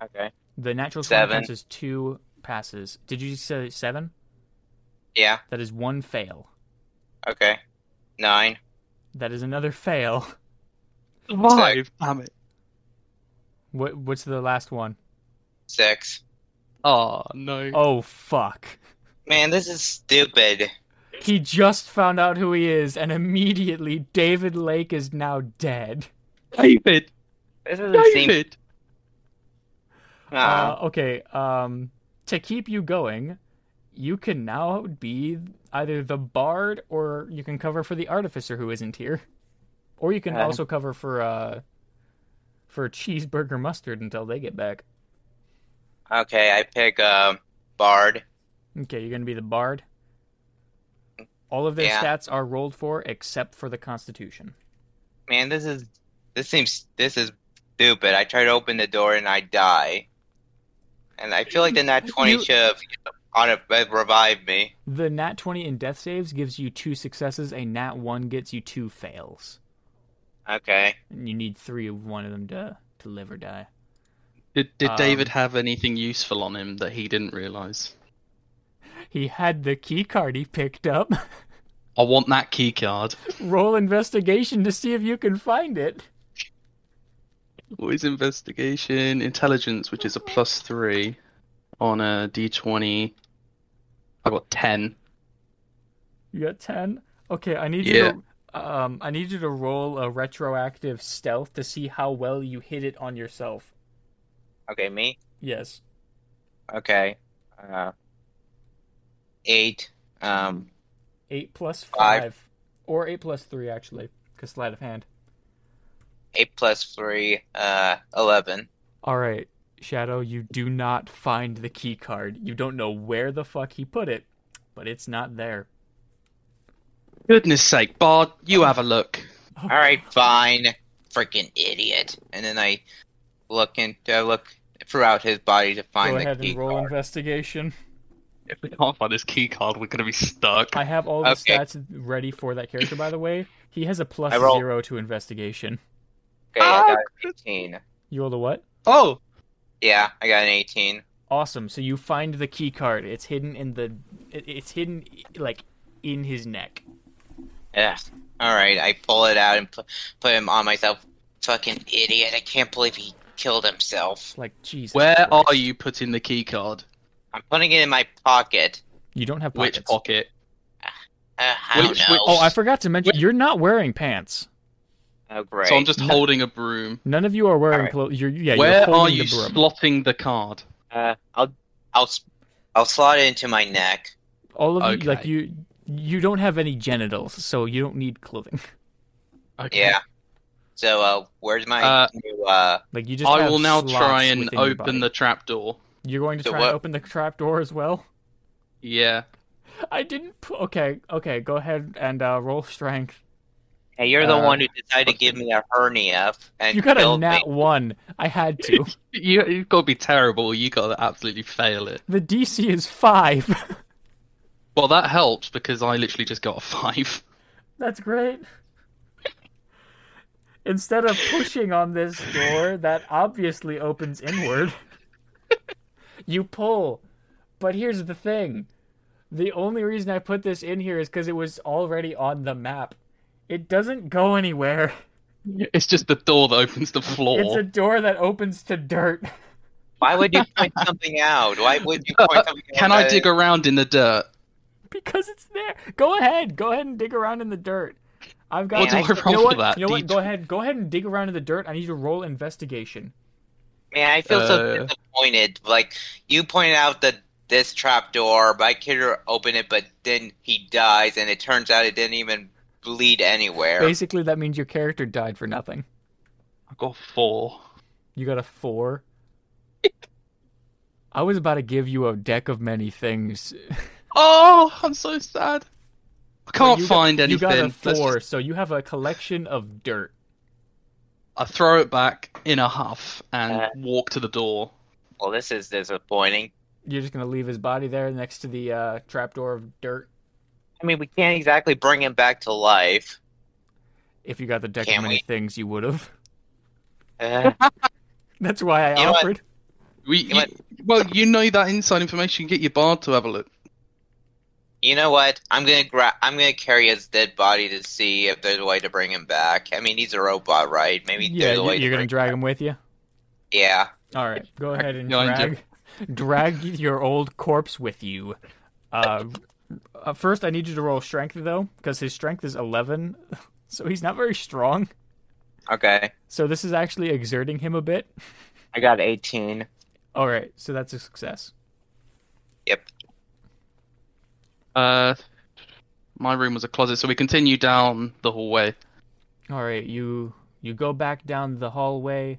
Okay. The natural Seven. consequence is two passes. Did you say seven? Yeah. That is one fail. Okay. Nine. That is another [LAUGHS] fail. Five. Damn it. What what's the last one? Six. Oh no. Oh fuck. Man, this is stupid. He just found out who he is and immediately David Lake is now dead. David. This doesn't seem. oh, David. Aw. Ah. Uh, okay, um to keep you going, you can now be either the bard or you can cover for the artificer who isn't here. Or you can Uh. also cover for uh for cheeseburger mustard until they get back. Okay, I pick um Bard. Okay, you're going to be the bard. All of their Yeah. stats are rolled for except for the constitution. Man, this is this seems this is stupid. I try to open the door and I die. And I feel like the nat twenty You- should have ought to have revived me. The nat 20 in death saves gives you two successes. A nat 1 gets you two fails. Okay. And you need three of one of them to, to live or die. Did, did Um, David have anything useful on him that he didn't realize? He had the key card he picked up. [LAUGHS] I want that key card. [LAUGHS] Roll investigation to see if you can find it. What is investigation? Intelligence, which is a plus three on a d20. I got 10. You got 10? Okay, I need Yeah. you to. Um, I need you to roll a retroactive stealth to see how well you hit it on yourself. Okay, me? Yes. Okay. Uh eight. Um Eight plus Five. five, or eight plus three actually, because sleight of hand. eight plus three, uh eleven. All right, Shadow, you do not find the key card. You don't know where the fuck he put it, but it's not there. Goodness sake, Bard, you have a look. [LAUGHS] Alright, fine. Freaking idiot. And then I look into I look throughout his body to find Go the ahead key and roll card. investigation. If we can't find this key card, we're going to be stuck. I have all the Okay. stats ready for that character, by the way. He has a plus I roll- zero to investigation. Okay, I got Ah! an eighteen. You rolled a what? Oh! Yeah, I got an eighteen. Awesome. So you find the key card. It's hidden in the. it- It's hidden like in his neck. Ugh. All right, I pull it out and pu- put him on myself. Fucking idiot! I can't believe he killed himself. Like Jesus. Where Christ. are you putting the key card? I'm putting it in my pocket. You don't have pockets. Which pocket? Uh, I don't Which- know. which- Oh, I forgot to mention you're not wearing pants. Oh, great. So I'm just holding a broom. None of you are wearing Alright. clothes. You're, [LAUGHS] yeah, you're Where are holding you the broom. slotting the card? Uh, I'll, I'll, s- I'll slot it into my neck. All of you, Okay. like you, you don't have any genitals, so you don't need clothing. [LAUGHS] Okay. Yeah. So, uh, where's my Uh, new, uh, Like you just. I have will now slots try and within your body. open the trapdoor. You're going to So try what- and open the trap door as well. [LAUGHS] Yeah. I didn't. Pu- okay, okay. Go ahead and uh, roll strength. hey, you're the Uh, one who decided to give me a hernia and You got a killed me. nat one. I had [LAUGHS] to. You, you've got to be terrible. You got to absolutely fail it. the DC is five. [LAUGHS] Well, that helps because I literally just got a [LAUGHS] five. That's great. Instead of pushing on this door that obviously opens inward, [LAUGHS] you pull. But here's the thing the only reason I put this in here is because it was already on the map. It doesn't go anywhere. It's just the door that opens the It's floor. a door that opens to dirt. [LAUGHS] Why would you point something out? Why would you point something out? [LAUGHS] Can I dig around in the dirt? Because it's there. Go ahead. Go ahead and dig around in the dirt. I've got. What do I you know roll for what? that? You know what? D- Go ahead. Go ahead and dig around in the dirt. I need you to roll investigation. Man, I feel so Uh, disappointed. Like you pointed out that this trap door, my kid opened it, but then he dies, and it turns out it didn't even bleed anywhere. Basically, that means your character died for nothing. I got four. You got a [LAUGHS] four. I was about to give you a deck of many things. Oh, I'm so sad. I can't You got- find You anything. got a Let's four, just- so you have a collection of dirt. I throw it back in a huff and Uh, walk to the door. Well, this is disappointing. You're just gonna leave his body there next to the uh, trapdoor of dirt. I mean, we can't exactly bring him back to life. [SIGHS] If you got the deck Can of many we? things, you would have. Uh, [LAUGHS] That's why I You know what? offered. We, You might- you- well, you know that inside information. You can get your bard to have a look. you know what? I'm gonna gra- I'm gonna carry his dead body to see if there's a way to bring him back. I mean, he's a robot, right? Maybe yeah, there's a you- way you're to gonna bring- drag him with you. Yeah. All right, go ahead and No, I'm drag, drag your old corpse with you. Uh, uh, first, I need you to roll strength though, because his strength is 11, [LAUGHS] so he's not very strong. Okay. So this is actually exerting him a bit. I got 18. All right, so that's a success. Yep. Uh, my room was a closet, so we continue down the hallway. All right, you you go back down the hallway.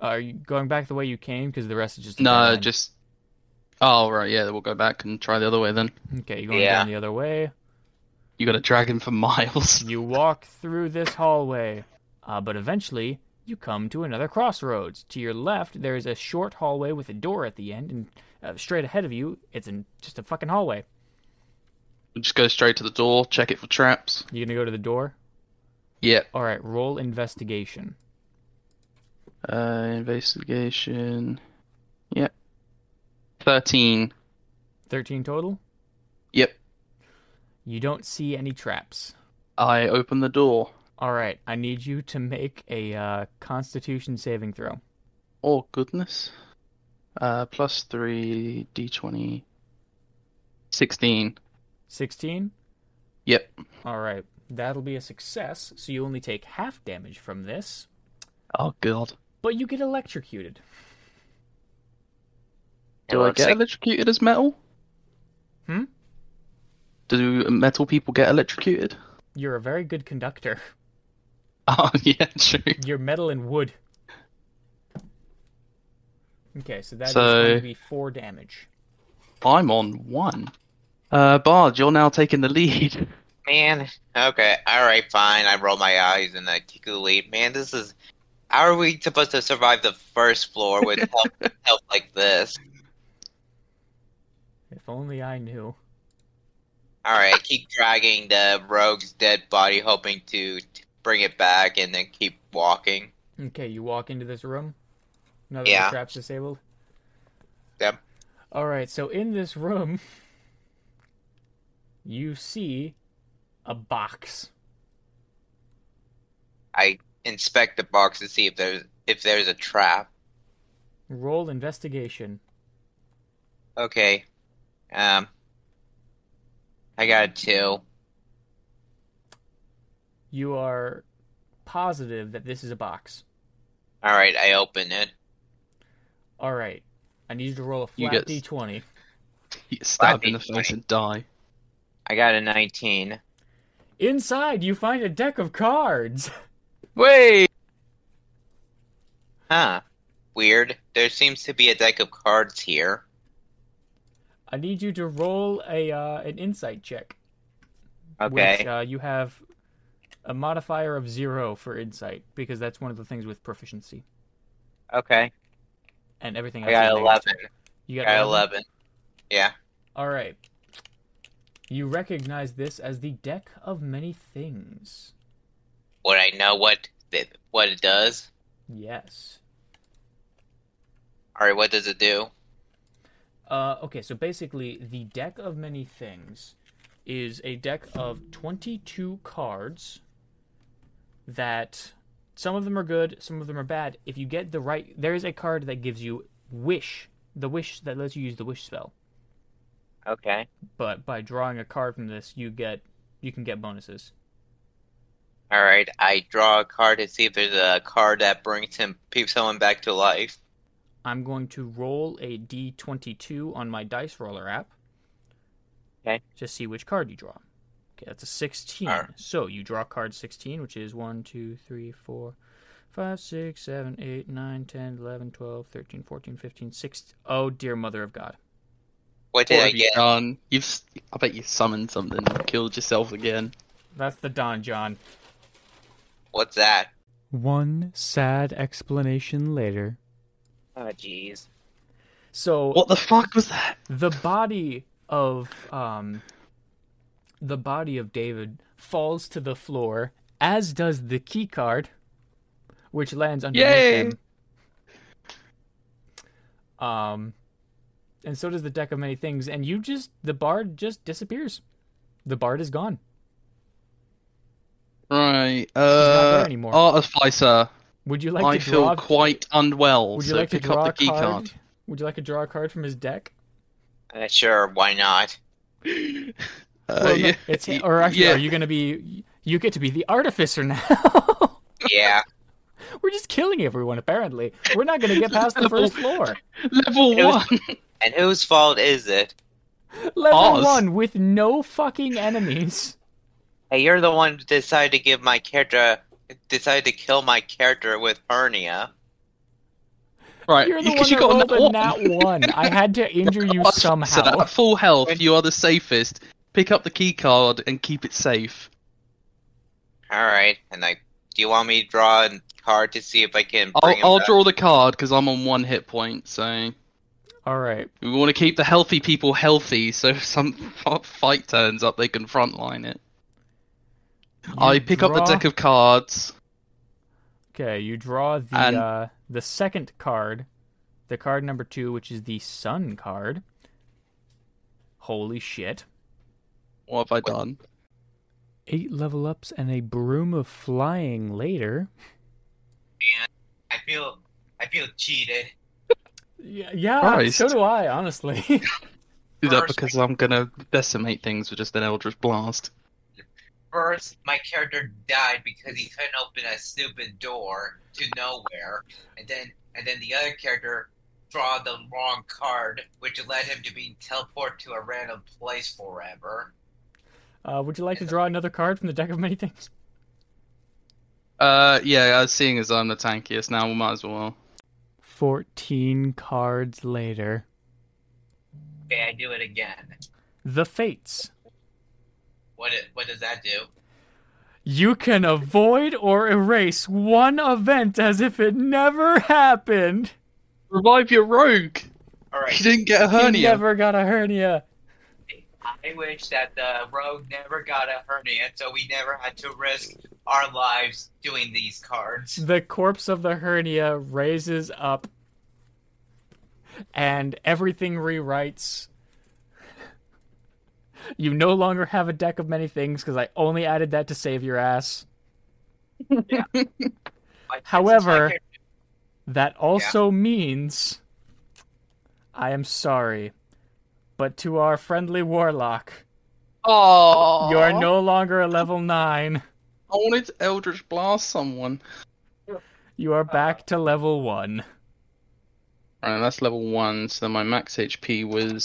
Are you going back the way you came? Because the rest is just a No, dead end. just. Oh right, yeah. We'll go back and try the other way then. okay. You're going Yeah. down the other way. You got to drag him for [LAUGHS] miles. You walk through this hallway, uh, but eventually you come to another crossroads. To your left, there is a short hallway with a door at the end, and uh, straight ahead of you, it's in just a fucking hallway. Just go straight to the door, check it for traps. You gonna go to the door? Yeah. All right, roll investigation. Uh, investigation. Yeah. Thirteen. Thirteen total. Yep. You don't see any traps. I open the door. All right, I need you to make a uh, Constitution saving throw. Oh goodness. Uh, plus three d twenty. Sixteen. Sixteen. Yep. All right, that'll be a success. So you only take half damage from this, Oh god. but you get electrocuted. It Do I looks get like- electrocuted as metal? Hmm? Do metal people get electrocuted? You're a very good conductor. [LAUGHS] [LAUGHS] Oh yeah, true. You're metal and wood. Okay, so that is So- going to be four damage. I'm on one. Uh, Bard, you're now taking the lead. [LAUGHS] Man, okay, all right, fine. I roll my eyes and I take the lead. Man, this is. How are we supposed to survive the first floor [LAUGHS] with help, help like this? If only I knew. All right, keep dragging the rogue's dead body, hoping to t- bring it back, and then keep walking. Okay, you walk into this room. Another Yeah. trap's disabled. Yep. All right, so in this room, you see a box. I inspect the box to see if there's if there's a trap. Roll investigation. Okay, um, I got a two. You are positive that this is a box. All right, I open it. All right, I need you to roll a You flat get- d20. You get stabbed in the face and die. I got a 19. Inside, you find a deck of cards. Wait. Huh. Weird. There seems to be a deck of cards here. I need you to roll a uh, an insight check. Okay. Which, uh, you have a modifier of zero for insight because that's one of the things with proficiency Okay. and everything. I else is got negative. 11. You I got, got 11? 11. Yeah. All right. You recognize this as the deck of many things. Would I know what th- what it does? Yes. All right, what does it do? Uh, okay, so basically, the deck of many things is a deck of 22 cards that some of them are good, some of them are bad. If you get the right, there is a card that gives you wish, the wish that lets you use the wish spell. Okay. But by drawing a card from this, you get you can get bonuses. All right, I draw a card to see if there's a card that brings him peeps someone back to life. I'm going to roll a d22 on my dice roller app. Okay. To see which card you draw. Okay, that's a 16. Alright. So you draw card 16, which is 1, 2, 3, 4, 5, 6, 7, 8, 9, 10, 11, 12, 13, 14, 15, 16. Oh, dear mother of God. What did what I have you get? done? You've. s- I bet you summoned something. and Killed yourself again. That's the Don John. What's that? One sad explanation later. Oh, jeez. So What the fuck was that? the body of um the body of David falls to the floor, as does the key card, which lands underneath Yay! him. Um and so does the deck of many things, and you just the bard just disappears. The bard is gone. Right. not there Uh. anymore. Artificer. Would you like I to draw feel quite unwell. Would you so like to pick draw up the key a card? card. Would you like to draw a card from his deck? Uh, sure, why not? [LAUGHS] Uh, Well, no, yeah. [LAUGHS] it's or actually yeah. are you gonna be you get to be the artificer now? [LAUGHS] Yeah. We're just killing everyone, apparently. We're not [LAUGHS] going to get past the first floor. Level It was- [LAUGHS] one. and whose fault is it? Level Oz. one with no fucking enemies. Hey, you're the one who decided to give my character, decided to kill my character with hernia. Right. You're the because one you that got rolled a nat a one. nat one. I had [LAUGHS] to injure you Artificer, somehow. at full health, you are the safest. Pick up the key card and keep it safe. All right, and I. Do you want me to draw a card to see if I can I'll, bring him I'll back? draw the card because I'm on one hit point, so All right. we want to keep the healthy people healthy. So if some [LAUGHS] f- fight turns up, they can frontline it. I You pick up the draw- deck of cards. Okay, you draw the And- uh, the second card, the card number two, which is the sun card. Holy shit! What have I done? Eight level ups and a broom of flying later. I feel, I feel cheated. Yeah, yeah Christ. so do I. Honestly. [LAUGHS] Is that First- because I'm gonna decimate things with just an Eldritch Blast? First, my character died because he couldn't open a stupid door to nowhere, and then and then the other character draw the wrong card, which led him to being teleported to a random place forever. uh, would you like to draw another card from the deck of many things? Uh, yeah. uh, Seeing as I'm the tankiest now, we might as well. 14 cards later. Okay, I do it again. The Fates. What it, what does that do? You can avoid or erase one event as if it never happened. Revive your rogue. [LAUGHS] All He right, didn't get a You hernia. never got a hernia. I wish that the rogue never got a hernia, so we never had to risk our lives doing these cards. The corpse of the hernia raises up and everything rewrites. You no longer have a deck of many things because I only added that to save your ass. My- However- my That also means I am sorry, but to our friendly warlock, Oh, you are no longer a level 9. I wanted to Eldritch Blast someone. You are back to level 1. Right, that's level one, so my max HP was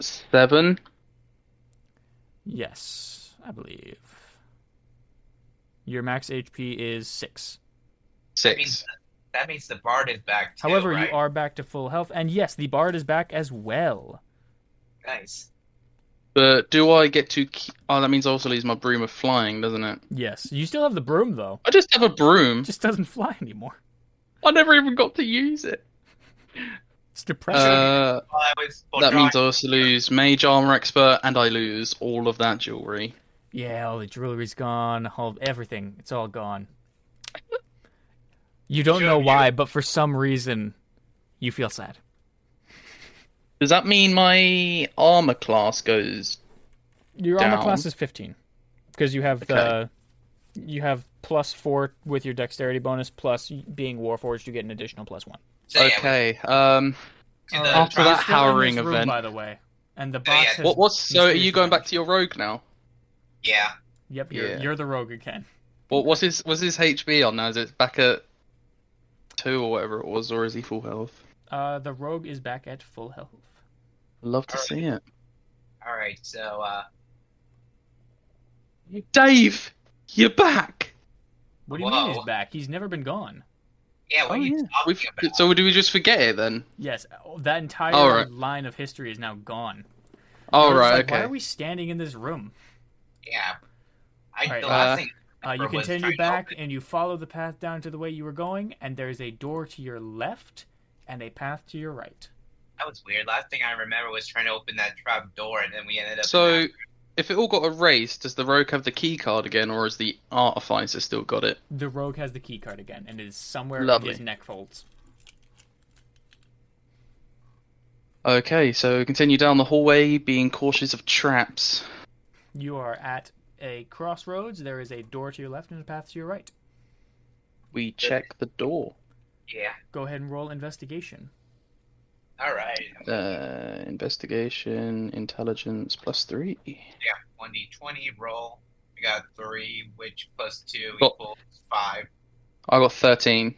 seven. Yes, I believe. Your max HP is six. That means, Six. that means the bard is back too, However, right? you are back to full health, and yes, the bard is back as well. Nice. But do I get to? Keep... Oh, that means I also lose my broom of flying, doesn't it? Yes, you still have the broom though. I just have a broom. It just doesn't fly anymore. I never even got to use it. It's depressing. Uh, Well, I was that means I also lose mage armor expert, and I lose all of that jewelry. yeah, all the jewelry's gone, all everything. It's all gone. You don't know Sure, why, but for some reason, you feel sad. Does that mean my armor class goes? Your armor Down. class is fifteen because you have the you have plus four with your dexterity bonus plus being warforged. You get an additional plus one. So, yeah, okay. Um. we- to the Alright. After that trial- You're still in harrowing this room, event. Oh, by the way, and the boss. yeah. has- What was? So are Mysterious you going damage. back to your rogue now? Yeah. Yep, you're, Yeah. you're the rogue again. What was his? Was his HB on now? Is it back at two or whatever it was, or is he full health? Uh, the rogue is back at full health. Love to Alright. see it. All right. So, uh, Dave, you're back. What do you mean he's Whoa. back? He's never been gone. yeah. Oh, What are you talking We've- about? so do we just forget it then? Yes, that entire All right. line of history is now gone. All It's Oh, right. like, Why okay. are we standing in this room? yeah. I, Alright, the last uh, thing I Uh, you remember was continue trying to back open- and you follow the path down to the way you were going, and there's a door to your left and a path to your right. That was weird. Last thing I remember was trying to open that trap door, and then we ended up. So, in if it all got erased, does the rogue have the key card again, or is the artificer still got it? The rogue has the key card again and is somewhere Lovely. in his neck folds. Okay, so continue down the hallway, being cautious of traps. You are at a crossroads. There is a door to your left and a path to your right. We check the door. that. yeah. Go ahead and roll investigation. All right. Uh, investigation, intelligence, plus three. Yeah. One d twenty roll. I got three, which plus two Cool. equals five. I got thirteen.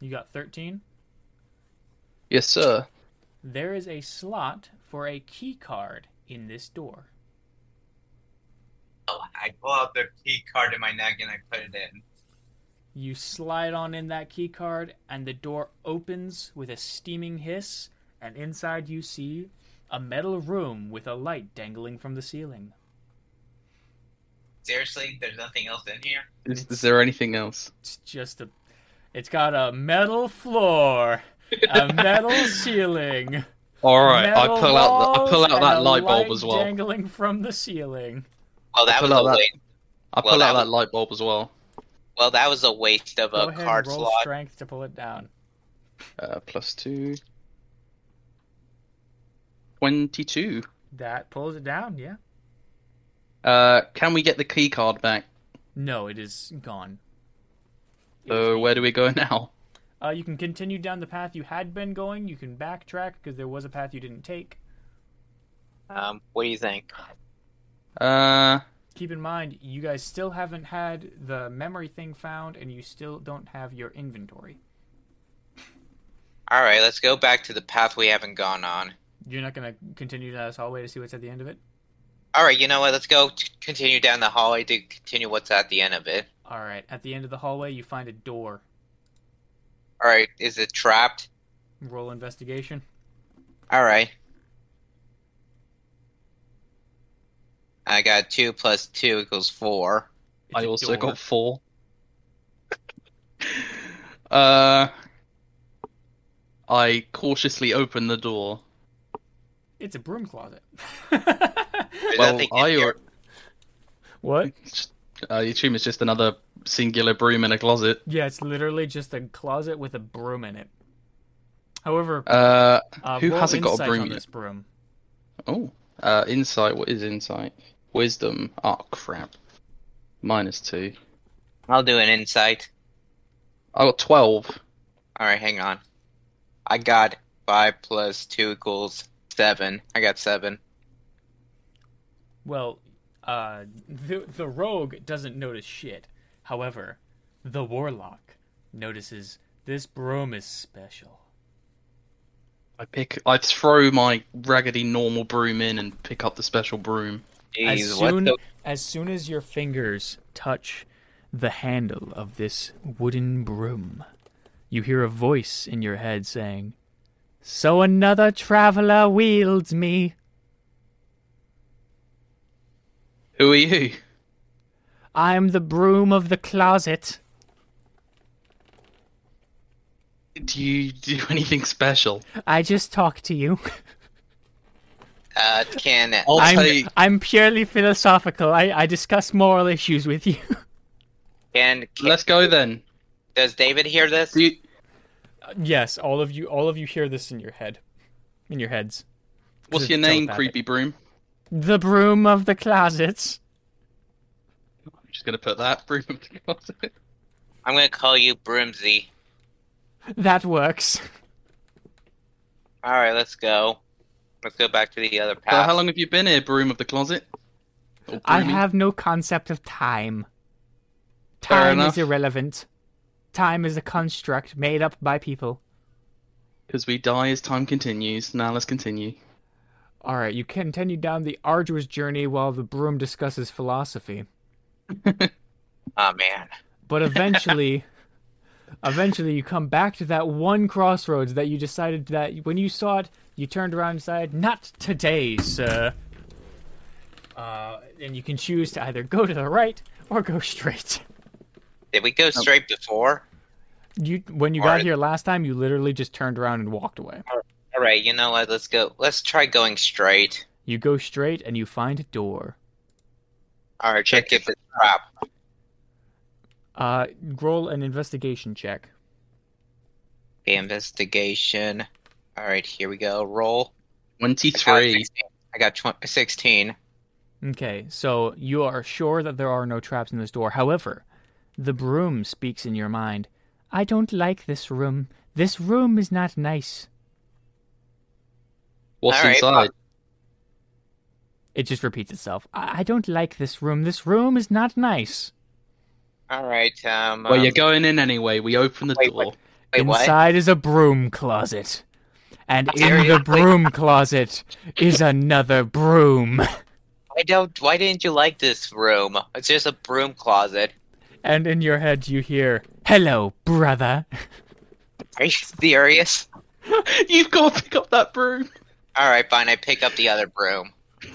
You got 13. Yes, sir. There is a slot for a key card in this door. Oh, I pull out the key card in my neck and I put it in. You slide on in that key card, and the door opens with a steaming hiss, and inside you see a metal room with a light dangling from the ceiling. Seriously, there's nothing else in here. Is, is there anything else? It's just a. It's got a metal floor, [LAUGHS] a metal ceiling. All right, I metal pull out. The, I walls, pull out and a that light bulb as light well. Dangling from the ceiling. Well, that Pull was out a that- waste. I Well, pull that out that was- light bulb as well. Well, that was a waste of Go a ahead card and roll slot. strength to pull it down. Uh, plus two. Twenty-two. That pulls it down. Yeah. Uh, can we get the key card back? No, it is gone. So Oh, where do we go [LAUGHS] now? Uh, you can continue down the path you had been going. You can backtrack because there was a path you didn't take. Um, what do you think? Uh, Keep in mind, you guys still haven't had the memory thing found, and you still don't have your inventory. All right, let's go back to the path we haven't gone on. You're not going to continue down this hallway to see what's at the end of it? All right, you know what? Let's go t- continue down the hallway to continue what's at the end of it. All right. At the end of the hallway, you find a door. All right, is it trapped? Roll investigation. All right. I got two plus two equals four. It's I a also door. got four. [LAUGHS] uh, I cautiously open the door. It's a broom closet. [LAUGHS] There's Well, nothing in I here. or what? uh, you assume it's just another singular broom in a closet. Yeah, it's literally just a closet with a broom in it. However, Uh, uh, who roll hasn't got a insight broom on yet? this broom? oh, uh, insight. What is insight? Wisdom. Oh crap. Minus two. I'll do an insight. I got twelve. All right, hang on. I got five plus two equals seven. I got seven. Well, uh, the the rogue doesn't notice shit. However, the warlock notices this broom is special. I pick. I throw my raggedy normal broom in and pick up the special broom. as Jeez, what soon the- as soon as your fingers touch the handle of this wooden broom, you hear a voice in your head saying, "So another traveler wields me. Who are you? I'm the broom of the closet." Do you do anything special? I just talk to you. uh, can I'll I'm, take. I'm purely philosophical. I, I discuss moral issues with you. can, can- [LAUGHS] Let's go then. does David hear this? Do you, yes, all of you all of you hear this in your head. In your heads. what's It's your name, telepathic. creepy broom? The broom of the closets. I'm just gonna put that [LAUGHS] broom in the closet. I'm gonna call you Brimsy. That works. All right, let's go. Let's go back to the other path. So how long have you been here, broom of the closet? Oh, Or I broomie? have no concept of time. Fair Time enough. is irrelevant. Time is a construct made up by people. Because we die as time continues. Now let's continue. All right, you continue down the arduous journey while the broom discusses philosophy. Oh man. but eventually eventually you come back to that one crossroads that you decided that when you saw it you turned around and decided not today sir uh, and you can choose to either go to the right or go straight [LAUGHS] Did we go Oh. straight before? you when you All got right. here last time you literally just turned around and walked away All right, you know what? Let's go. Let's try going straight. you go straight and you find a door All right, check if it's crap. uh, roll an investigation check The investigation. All right, here we go. Roll. I got Twenty-three. 16. I got tw- 16. Okay, so you are sure that there are no traps in this door. However, the broom speaks in your mind. I don't like this room. This room is not nice. What's All right, inside? It just repeats itself. I, I don't like this room. This room is not nice. All right. Um, Well, um, you're going in anyway. We open the wait, door. what? [LAUGHS] Wait, what? Inside is a broom closet. And in the Seriously? broom closet is another broom. Why don't? Why didn't you like this room? It's just a broom closet. And in your head, you hear, Hello, brother. Are you serious? You've got to pick up that broom. All right, fine. I pick up the other broom. All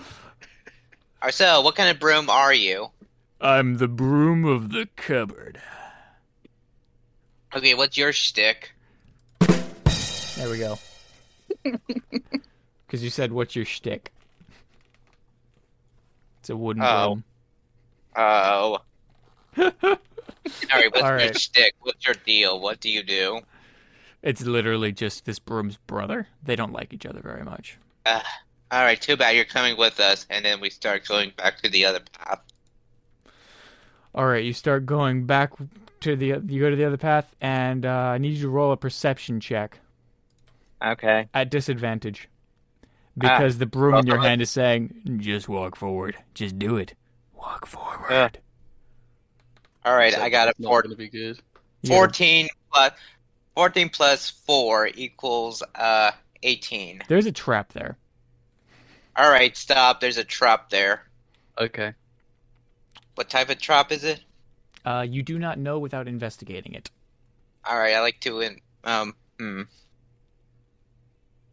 right, so what kind of broom are you? I'm the broom of the cupboard. Okay, what's your shtick? There we [LAUGHS] go. Because you said, "What's your shtick?" It's a wooden Oh. broom. Oh. All right, what's All your right. shtick? What's your deal? What do you do? It's literally just this broom's brother. They don't like each other very much. Uh, all right, too bad you're coming with us, and then we start going back to the other path. All right, you start going back to the you go to the other path, and uh, I need you to roll a perception check Okay. at disadvantage Ah. because the broom in Uh-huh. your hand is saying, "Just walk forward. Just do it. Walk forward." Yeah. All right, I got a [LAUGHS] It's not four, gonna be good. You- 14 plus 14 plus 4 equals uh 18. There's a trap there. All right, stop. There's a trap there. Okay. What type of trap is it? Uh, you do not know without investigating it. All right, I like to in um hmm.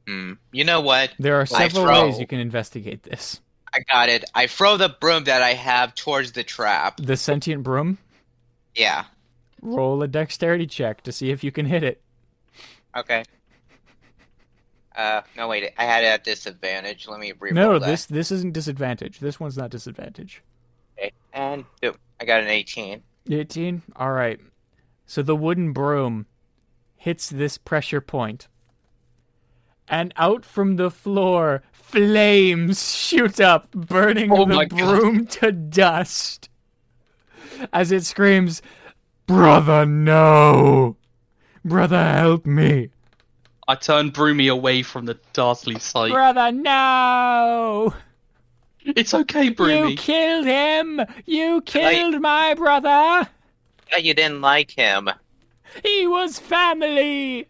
Hmm. You know what? There are Nice several roll. ways you can investigate this. I got it. I throw the broom that I have towards the trap. The sentient broom. Yeah. Roll a dexterity check to see if you can hit it. Okay. Uh, no wait. I had it at disadvantage. Let me reroll No, that. this this isn't disadvantage. This one's not disadvantage. Okay. And boom, I got an 18. 18. All right. So the wooden broom hits this pressure point. And out from the floor, flames shoot up, burning Oh the my God. broom to dust. As it screams, "Brother, no! Brother, help me! I turn Broomy away from the ghastly sight. Brother, no!" It's okay, You Broomy. killed him! You killed my brother! Yeah, you didn't like him. He was family!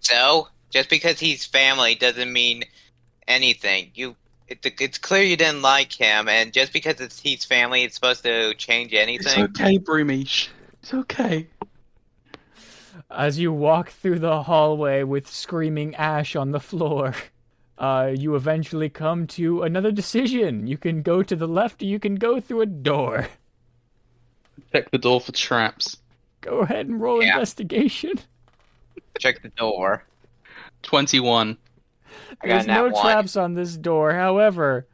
So, just because he's family doesn't mean anything. You It, it's clear you didn't like him, and just because it's he's family, it's supposed to change It's anything. okay, Broomish. It's okay. As you walk through the hallway with screaming ash on the floor, uh, you eventually come to another decision. You can go to the left, or you can go through a door. Check the door for traps. Go ahead and roll Yeah. investigation. Check the door. Twenty-one. I got There's a nat no one. traps on this door. However,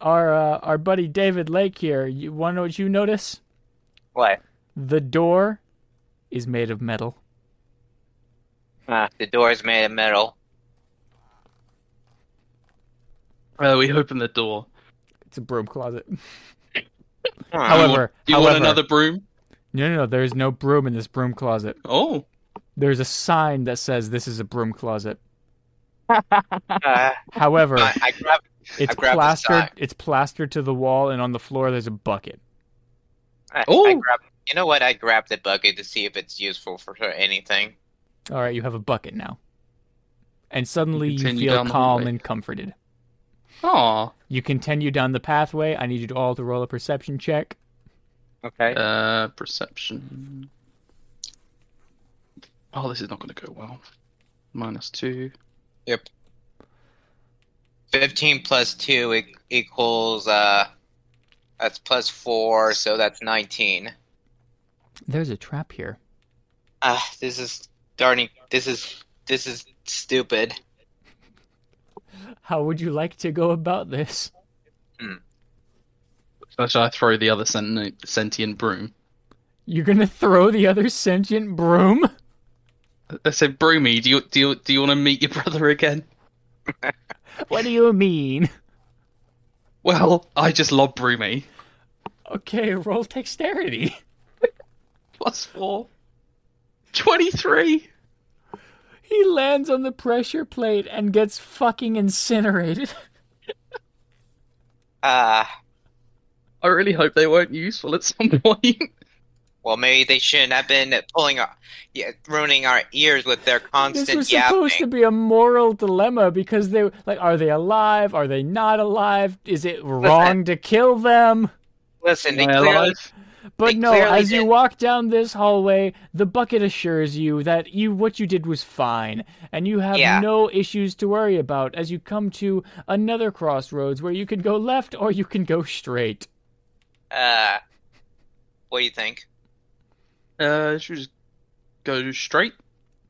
our uh, our buddy David Lake here. You want to know what you notice? What? The door is made of metal. Ah, the door is made of metal. Uh, we open the door. It's a broom closet. Hmm. However, Do you however, want another broom? No, no, no. There is no broom in this broom closet. Oh, There's a sign that says this is a broom closet. Uh, [LAUGHS] However, I, I grab. it's I grabbed the sign. plastered. It's plastered to the wall, and on the floor there's a bucket. I, I Ooh. grab. You know what? I grab the bucket to see if it's useful for anything. All right, you have a bucket now, and suddenly you, continue feel down the calm hallway. and comforted. aw. You continue down the pathway. I need you to all to roll a perception check. Okay. Uh, perception. Oh, this is not going to go well. Minus two. Fifteen plus two e- equals uh, that's plus four, so that's nineteen. There's a trap here. Ah, this is darning. This is this is stupid. How would you like to go about this? So Shall I throw the other sen- sentient broom? You're gonna throw the other sentient broom? I said, Uh, Broomy, do you do you, do you want to meet your [LAUGHS] brother again? What do you mean? Well, I just lobbed Broomy. Okay, [LAUGHS] roll dexterity. Plus four. Twenty-three. He lands on the pressure plate and gets fucking incinerated. [LAUGHS] Ah. I really hope they weren't useful at some [LAUGHS] point. Well, maybe they shouldn't have been pulling our, yeah, ruining our ears with their This constant was supposed to yapping. be a moral dilemma because they like, are they alive? Are they not alive? Is [LAUGHS] it wrong to kill them? Listen, they Am I clearly, alive? But They no, clearly as you did. walk down this hallway, the bucket assures you that you what you did was fine, and you have Yeah. no issues to worry about as you come to another crossroads where you can go left or you can go straight. uh, what do you think? Uh, should we just go straight?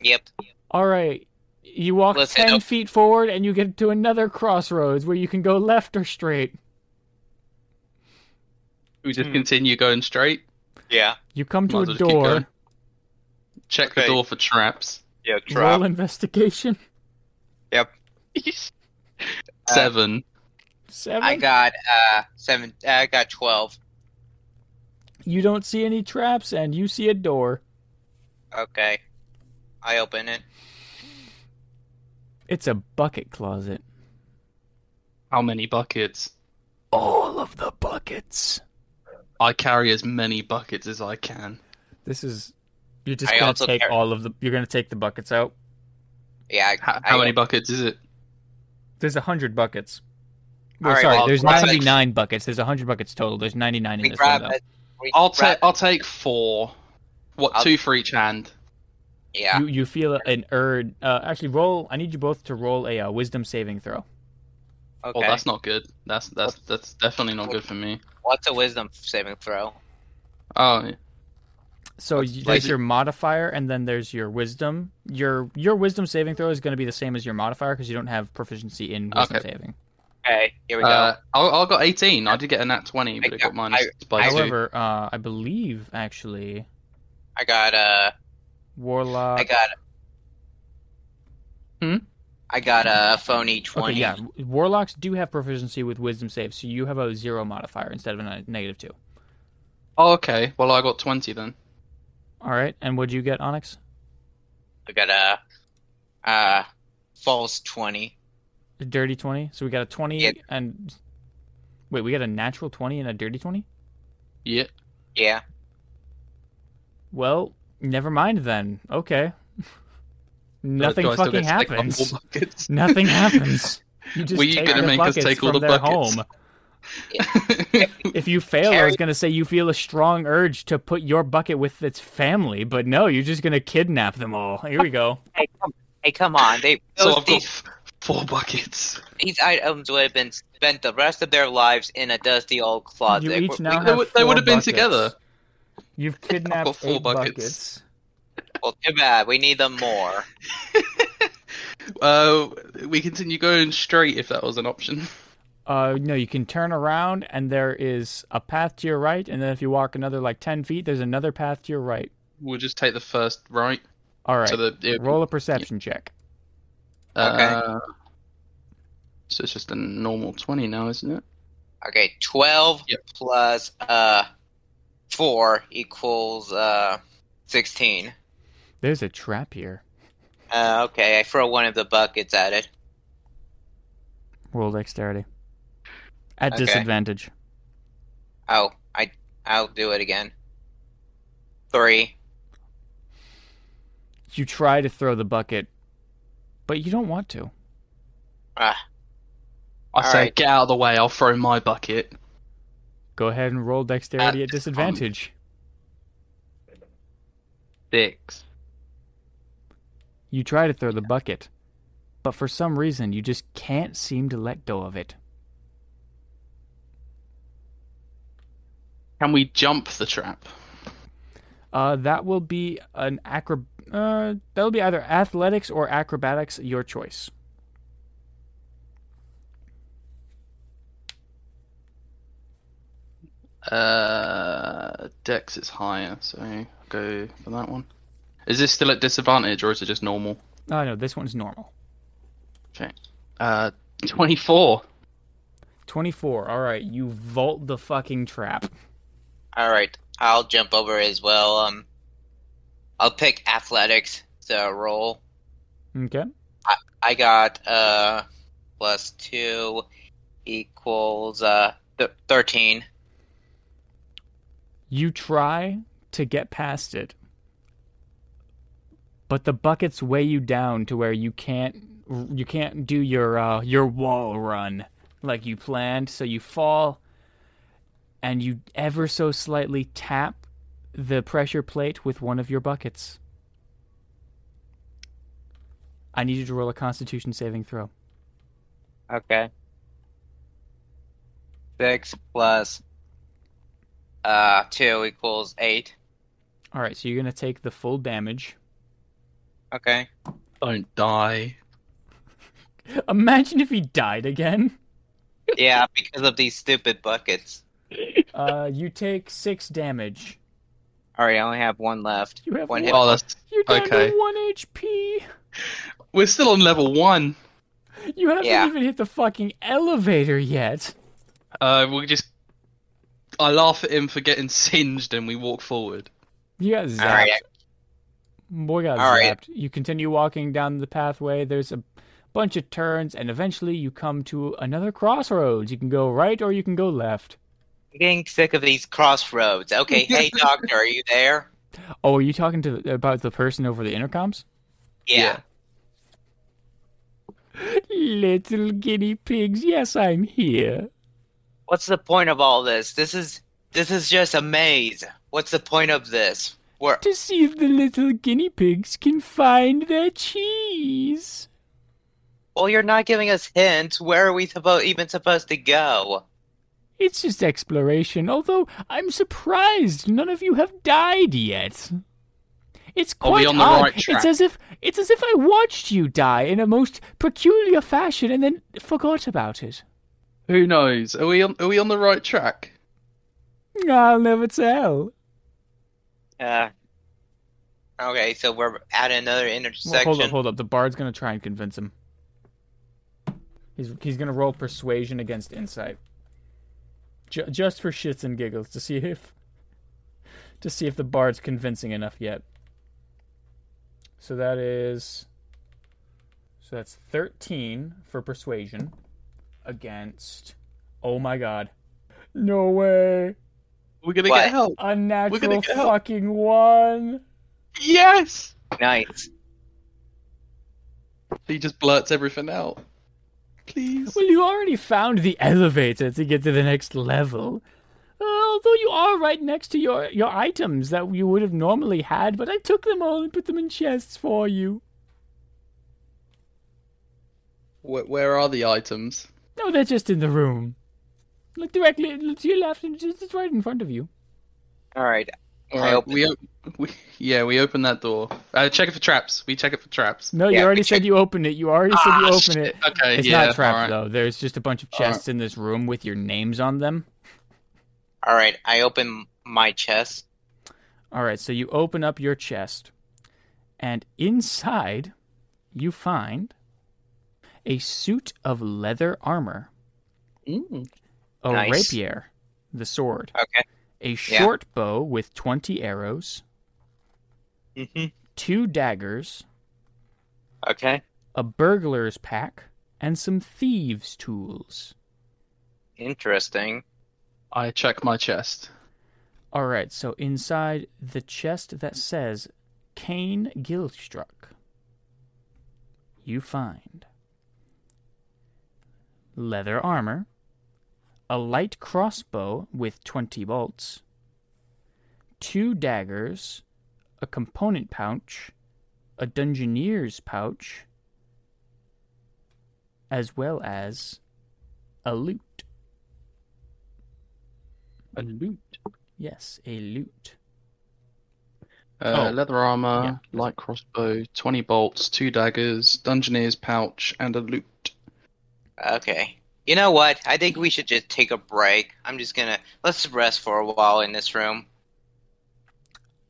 Yep. All right. You walk Listen, 10 oh- feet forward and you get to another crossroads where you can go left or straight. We just Hmm. continue going straight. Yeah. You come to Might as a well just keep door, going. Check the Okay. door [LAUGHS] for traps. Yeah. roll investigation. [LAUGHS] Uh, Seven. Seven. I got uh seven. I got twelve. you don't see any traps and you see a door. Okay. I open it. It's a bucket closet. How many buckets? All of the buckets. I carry as many buckets as I can. This is you're just I gonna also take care- all of the you're gonna take the buckets out. Yeah. I, How, I how many buckets is it? There's a hundred buckets. Well, All right, sorry, well, there's I'll take- ninety nine buckets. There's hundred buckets total. There's ninety nine in We this one grab though. it. We I'll grab- take. I'll take four. What? I'll- Two for each hand. Yeah. You you feel an urge. Uh, actually, roll. I need you both to roll a uh, wisdom saving throw. Okay. Oh, that's not good. That's that's that's definitely not good for me. What's a wisdom saving throw? Oh, yeah. So That's you, like- there's your modifier, and then there's your wisdom. Your your wisdom saving throw is going to be the same as your modifier because you don't have proficiency in wisdom Okay. saving. Okay. Here we go. uh, I, I got eighteen. I did get a nat twenty, but I it got got- minus by two. However, uh, I believe actually I got uh. warlock. I got. Hmm? I got a phony okay, twenty. yeah, warlocks do have proficiency with wisdom saves, so you have a zero modifier instead of a ni- negative two. Oh, okay. Well, I got twenty then. All right, and what'd you get, Onyx? I got a uh false twenty. A dirty twenty. So we got a twenty Yeah. and wait, we got a natural twenty and a dirty twenty. Yeah. Yeah. Well, never mind then. Okay. Do I Nothing still get fucking to take my happens. four buckets? [LAUGHS] Nothing happens. You just Were you take gonna their make us buckets take all from the their buckets? home. If you fail, I was gonna say you feel a strong urge to put your bucket with its family, but no, you're just gonna kidnap them all. Here we [LAUGHS] go. Hey, come, hey, come on. They, [LAUGHS] so those- I've got these, f- four buckets. these items would have been spent the rest of their lives in a dusty old closet. You each We- now we- have They would- they four would have been buckets. together. [LAUGHS] You've got kidnapped four eight buckets. buckets. well, too bad. We need them more. Uh, we continue going straight if that was an option. [LAUGHS] Uh, no, you can turn around, and there is a path to your right, and then if you walk another like ten feet, there's another path to your right. We'll just take the first right. All right, So the it, roll a perception check. uh, So it's just a normal twenty now, isn't it? Okay, 12 Yep. plus uh, 4 equals uh, 16. There's a trap here. Uh, okay, I throw one of the buckets at it. Roll dexterity at Okay. disadvantage. Oh, I, I'll do it again. 3. You try to throw the bucket, but you don't want to. Ah, I All say, right. get out of the way. I'll throw my bucket. Go ahead and roll dexterity at disadvantage. Six. You try to throw the bucket, but for some reason you just can't seem to let go of it. Can we jump the trap? Uh, that will be an acro. Uh, that'll be either athletics or acrobatics, your choice. Uh, Dex is higher, so go for that one. Is this still at disadvantage or is it just normal? Oh no, this one's normal. Okay. Uh, twenty-four. Twenty-four. All right, you vault the fucking trap. Alright, I'll jump over as well. Um, I'll pick athletics to roll. Okay. I got uh, plus 2 equals uh, th- 13. You try to get past it, but the buckets weigh you down to where you can't you can't do your uh, your wall run like you planned. So you fall, and you ever so slightly tap the pressure plate with one of your buckets. I need you to roll a Constitution saving throw. Okay. Six plus uh two equals eight. All right, so you're gonna take the full damage. Okay. Don't die. Imagine if he died again. Yeah, because of these stupid buckets. Uh, you take six damage. All right, I only have one left. You have One hit. Oh, that's You're down Okay. to one HP. we're still on level one. You haven't Yeah. even hit the fucking elevator yet. Uh, we just. I laugh at him for getting [LAUGHS] singed, and we walk forward. You got zapped. All right. Boy got All zapped. right. You continue walking down the pathway. There's a bunch of turns, and eventually you come to another crossroads. You can go right or you can go left. I'm getting sick of these crossroads. Okay, hey doctor, are you there? Oh, are you talking to about the person over the intercoms? [LAUGHS] Yeah. Little guinea pigs. Yes, I'm here. What's the point of all this? This is this is just a maze. What's the point of this? We're To see if the little guinea pigs can find their cheese. well, you're not giving us hints. Where are we supposed even supposed to go? It's just exploration, although I'm surprised none of you have died yet. It's Are we quite on the odd. right track? It's as if it's as if I watched you die in a most peculiar fashion and then forgot about it. Who knows? Are we on? Are we on the right track? I'll never tell. Uh. Okay, so we're at another intersection. hold up, hold up. The bard's gonna try and convince him. He's he's gonna roll persuasion against insight, Ju- just for shits and giggles to see if to see if the bard's convincing enough yet. So that is so that's thirteen for persuasion against. Oh my god! No way! We're gonna What? get help. A natural get out. fucking one. Yes. Nice. He just blurts everything out. Please. Well, you already found the elevator to get to the next level. Uh, although you are right next to your, your items that you would have normally had, but I took them all and put them in chests for you. Where, where are the items? No, they're just in the room. Look directly to your left, and just it's right in front of you. All right. All I right, open we, op- we yeah, we open that door. Uh, check it for traps. We check it for traps. No, you Yeah, already we said you opened it. You already said you Ah, opened shit. it. Okay, It's yeah. not a trap all right. though. There's just a bunch of chests in this room with your names on them. All right. I open my chest. All right, so you open up your chest, and inside you find a suit of leather armor, Mm. a Nice. rapier, the sword, Okay. a short bow with 20 arrows, Mm-hmm. two daggers, Okay. a burglar's pack, and some thieves' tools. Interesting. I check my chest. All right, so inside the chest that says Cain Gilstruck, you find leather armor, a light crossbow with 20 bolts, two daggers, a component pouch, a dungeoneer's pouch, as well as a loot. A loot. Yes, a loot. Uh, Oh. Leather armor, light crossbow, twenty bolts, two daggers, dungeoneer's pouch, and a loot. Okay. You know what? I think we should just take a break. I'm just gonna let's rest for a while in this room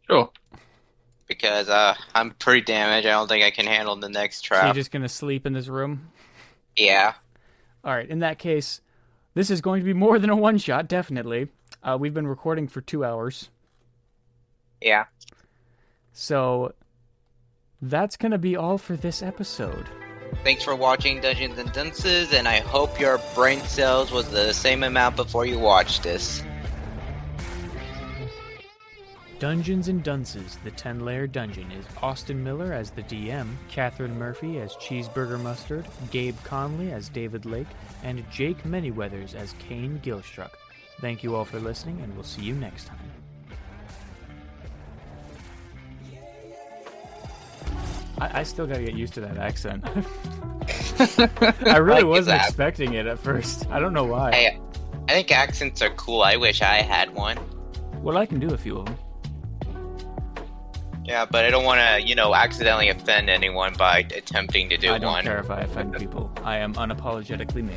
Sure. because uh, I'm pretty damaged. I don't think I can handle the next So you're trap. just going to sleep in this room? Yeah. All right. In that case, this is going to be more than a one shot, definitely. Uh, we've been recording for two hours. Yeah. So that's going to be all for this episode. Thanks for watching Dungeons and Dunces, and I hope your brain cells was the same amount before you watched this. Dungeons and Dunces, the 10 layer dungeon, is Austin Miller as the DM, Catherine Murphy as Cheeseburger Mustard, Gabe Conley as David Lake, and Jake Manyweathers as Kane Gilstruck. Thank you all for listening, and we'll see you next time. I, I still gotta get used to that accent. [LAUGHS] I really Like wasn't that. expecting it at first. I don't know why. I, I think accents are cool. I wish I had one. Well, I can do a few of them. Yeah, but I don't want to, you know, accidentally offend anyone by attempting to do I don't one. care if I offend people. I am unapologetically me.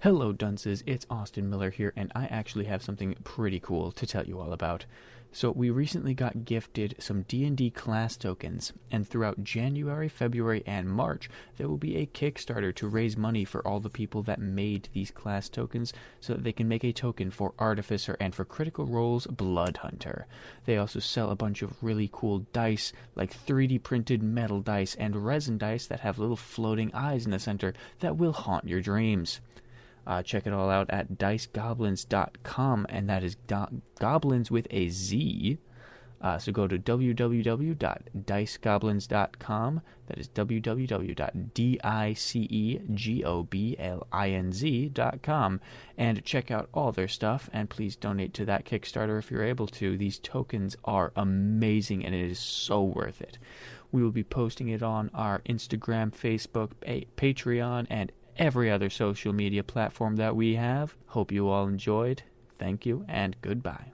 Hello, dunces. It's Austin Miller here, and I actually have something pretty cool to tell you all about. So we recently got gifted some D&D class tokens, and throughout January, February, and March, there will be a Kickstarter to raise money for all the people that made these class tokens so that they can make a token for Artificer and for Critical Role's Blood Hunter. They also sell a bunch of really cool dice, like 3D printed metal dice and resin dice that have little floating eyes in the center that will haunt your dreams. Uh, check it all out at dicegoblins.com, and that is do- goblins with a Z. Uh, so go to www.dicegoblins.com. That is E www.dicegoblins.com. And check out all their stuff. And please donate to that Kickstarter if you're able to. These tokens are amazing and it is so worth it. We will be posting it on our Instagram, Facebook, pa- Patreon, and every other social media platform that we have. Hope you all enjoyed. Thank you and goodbye.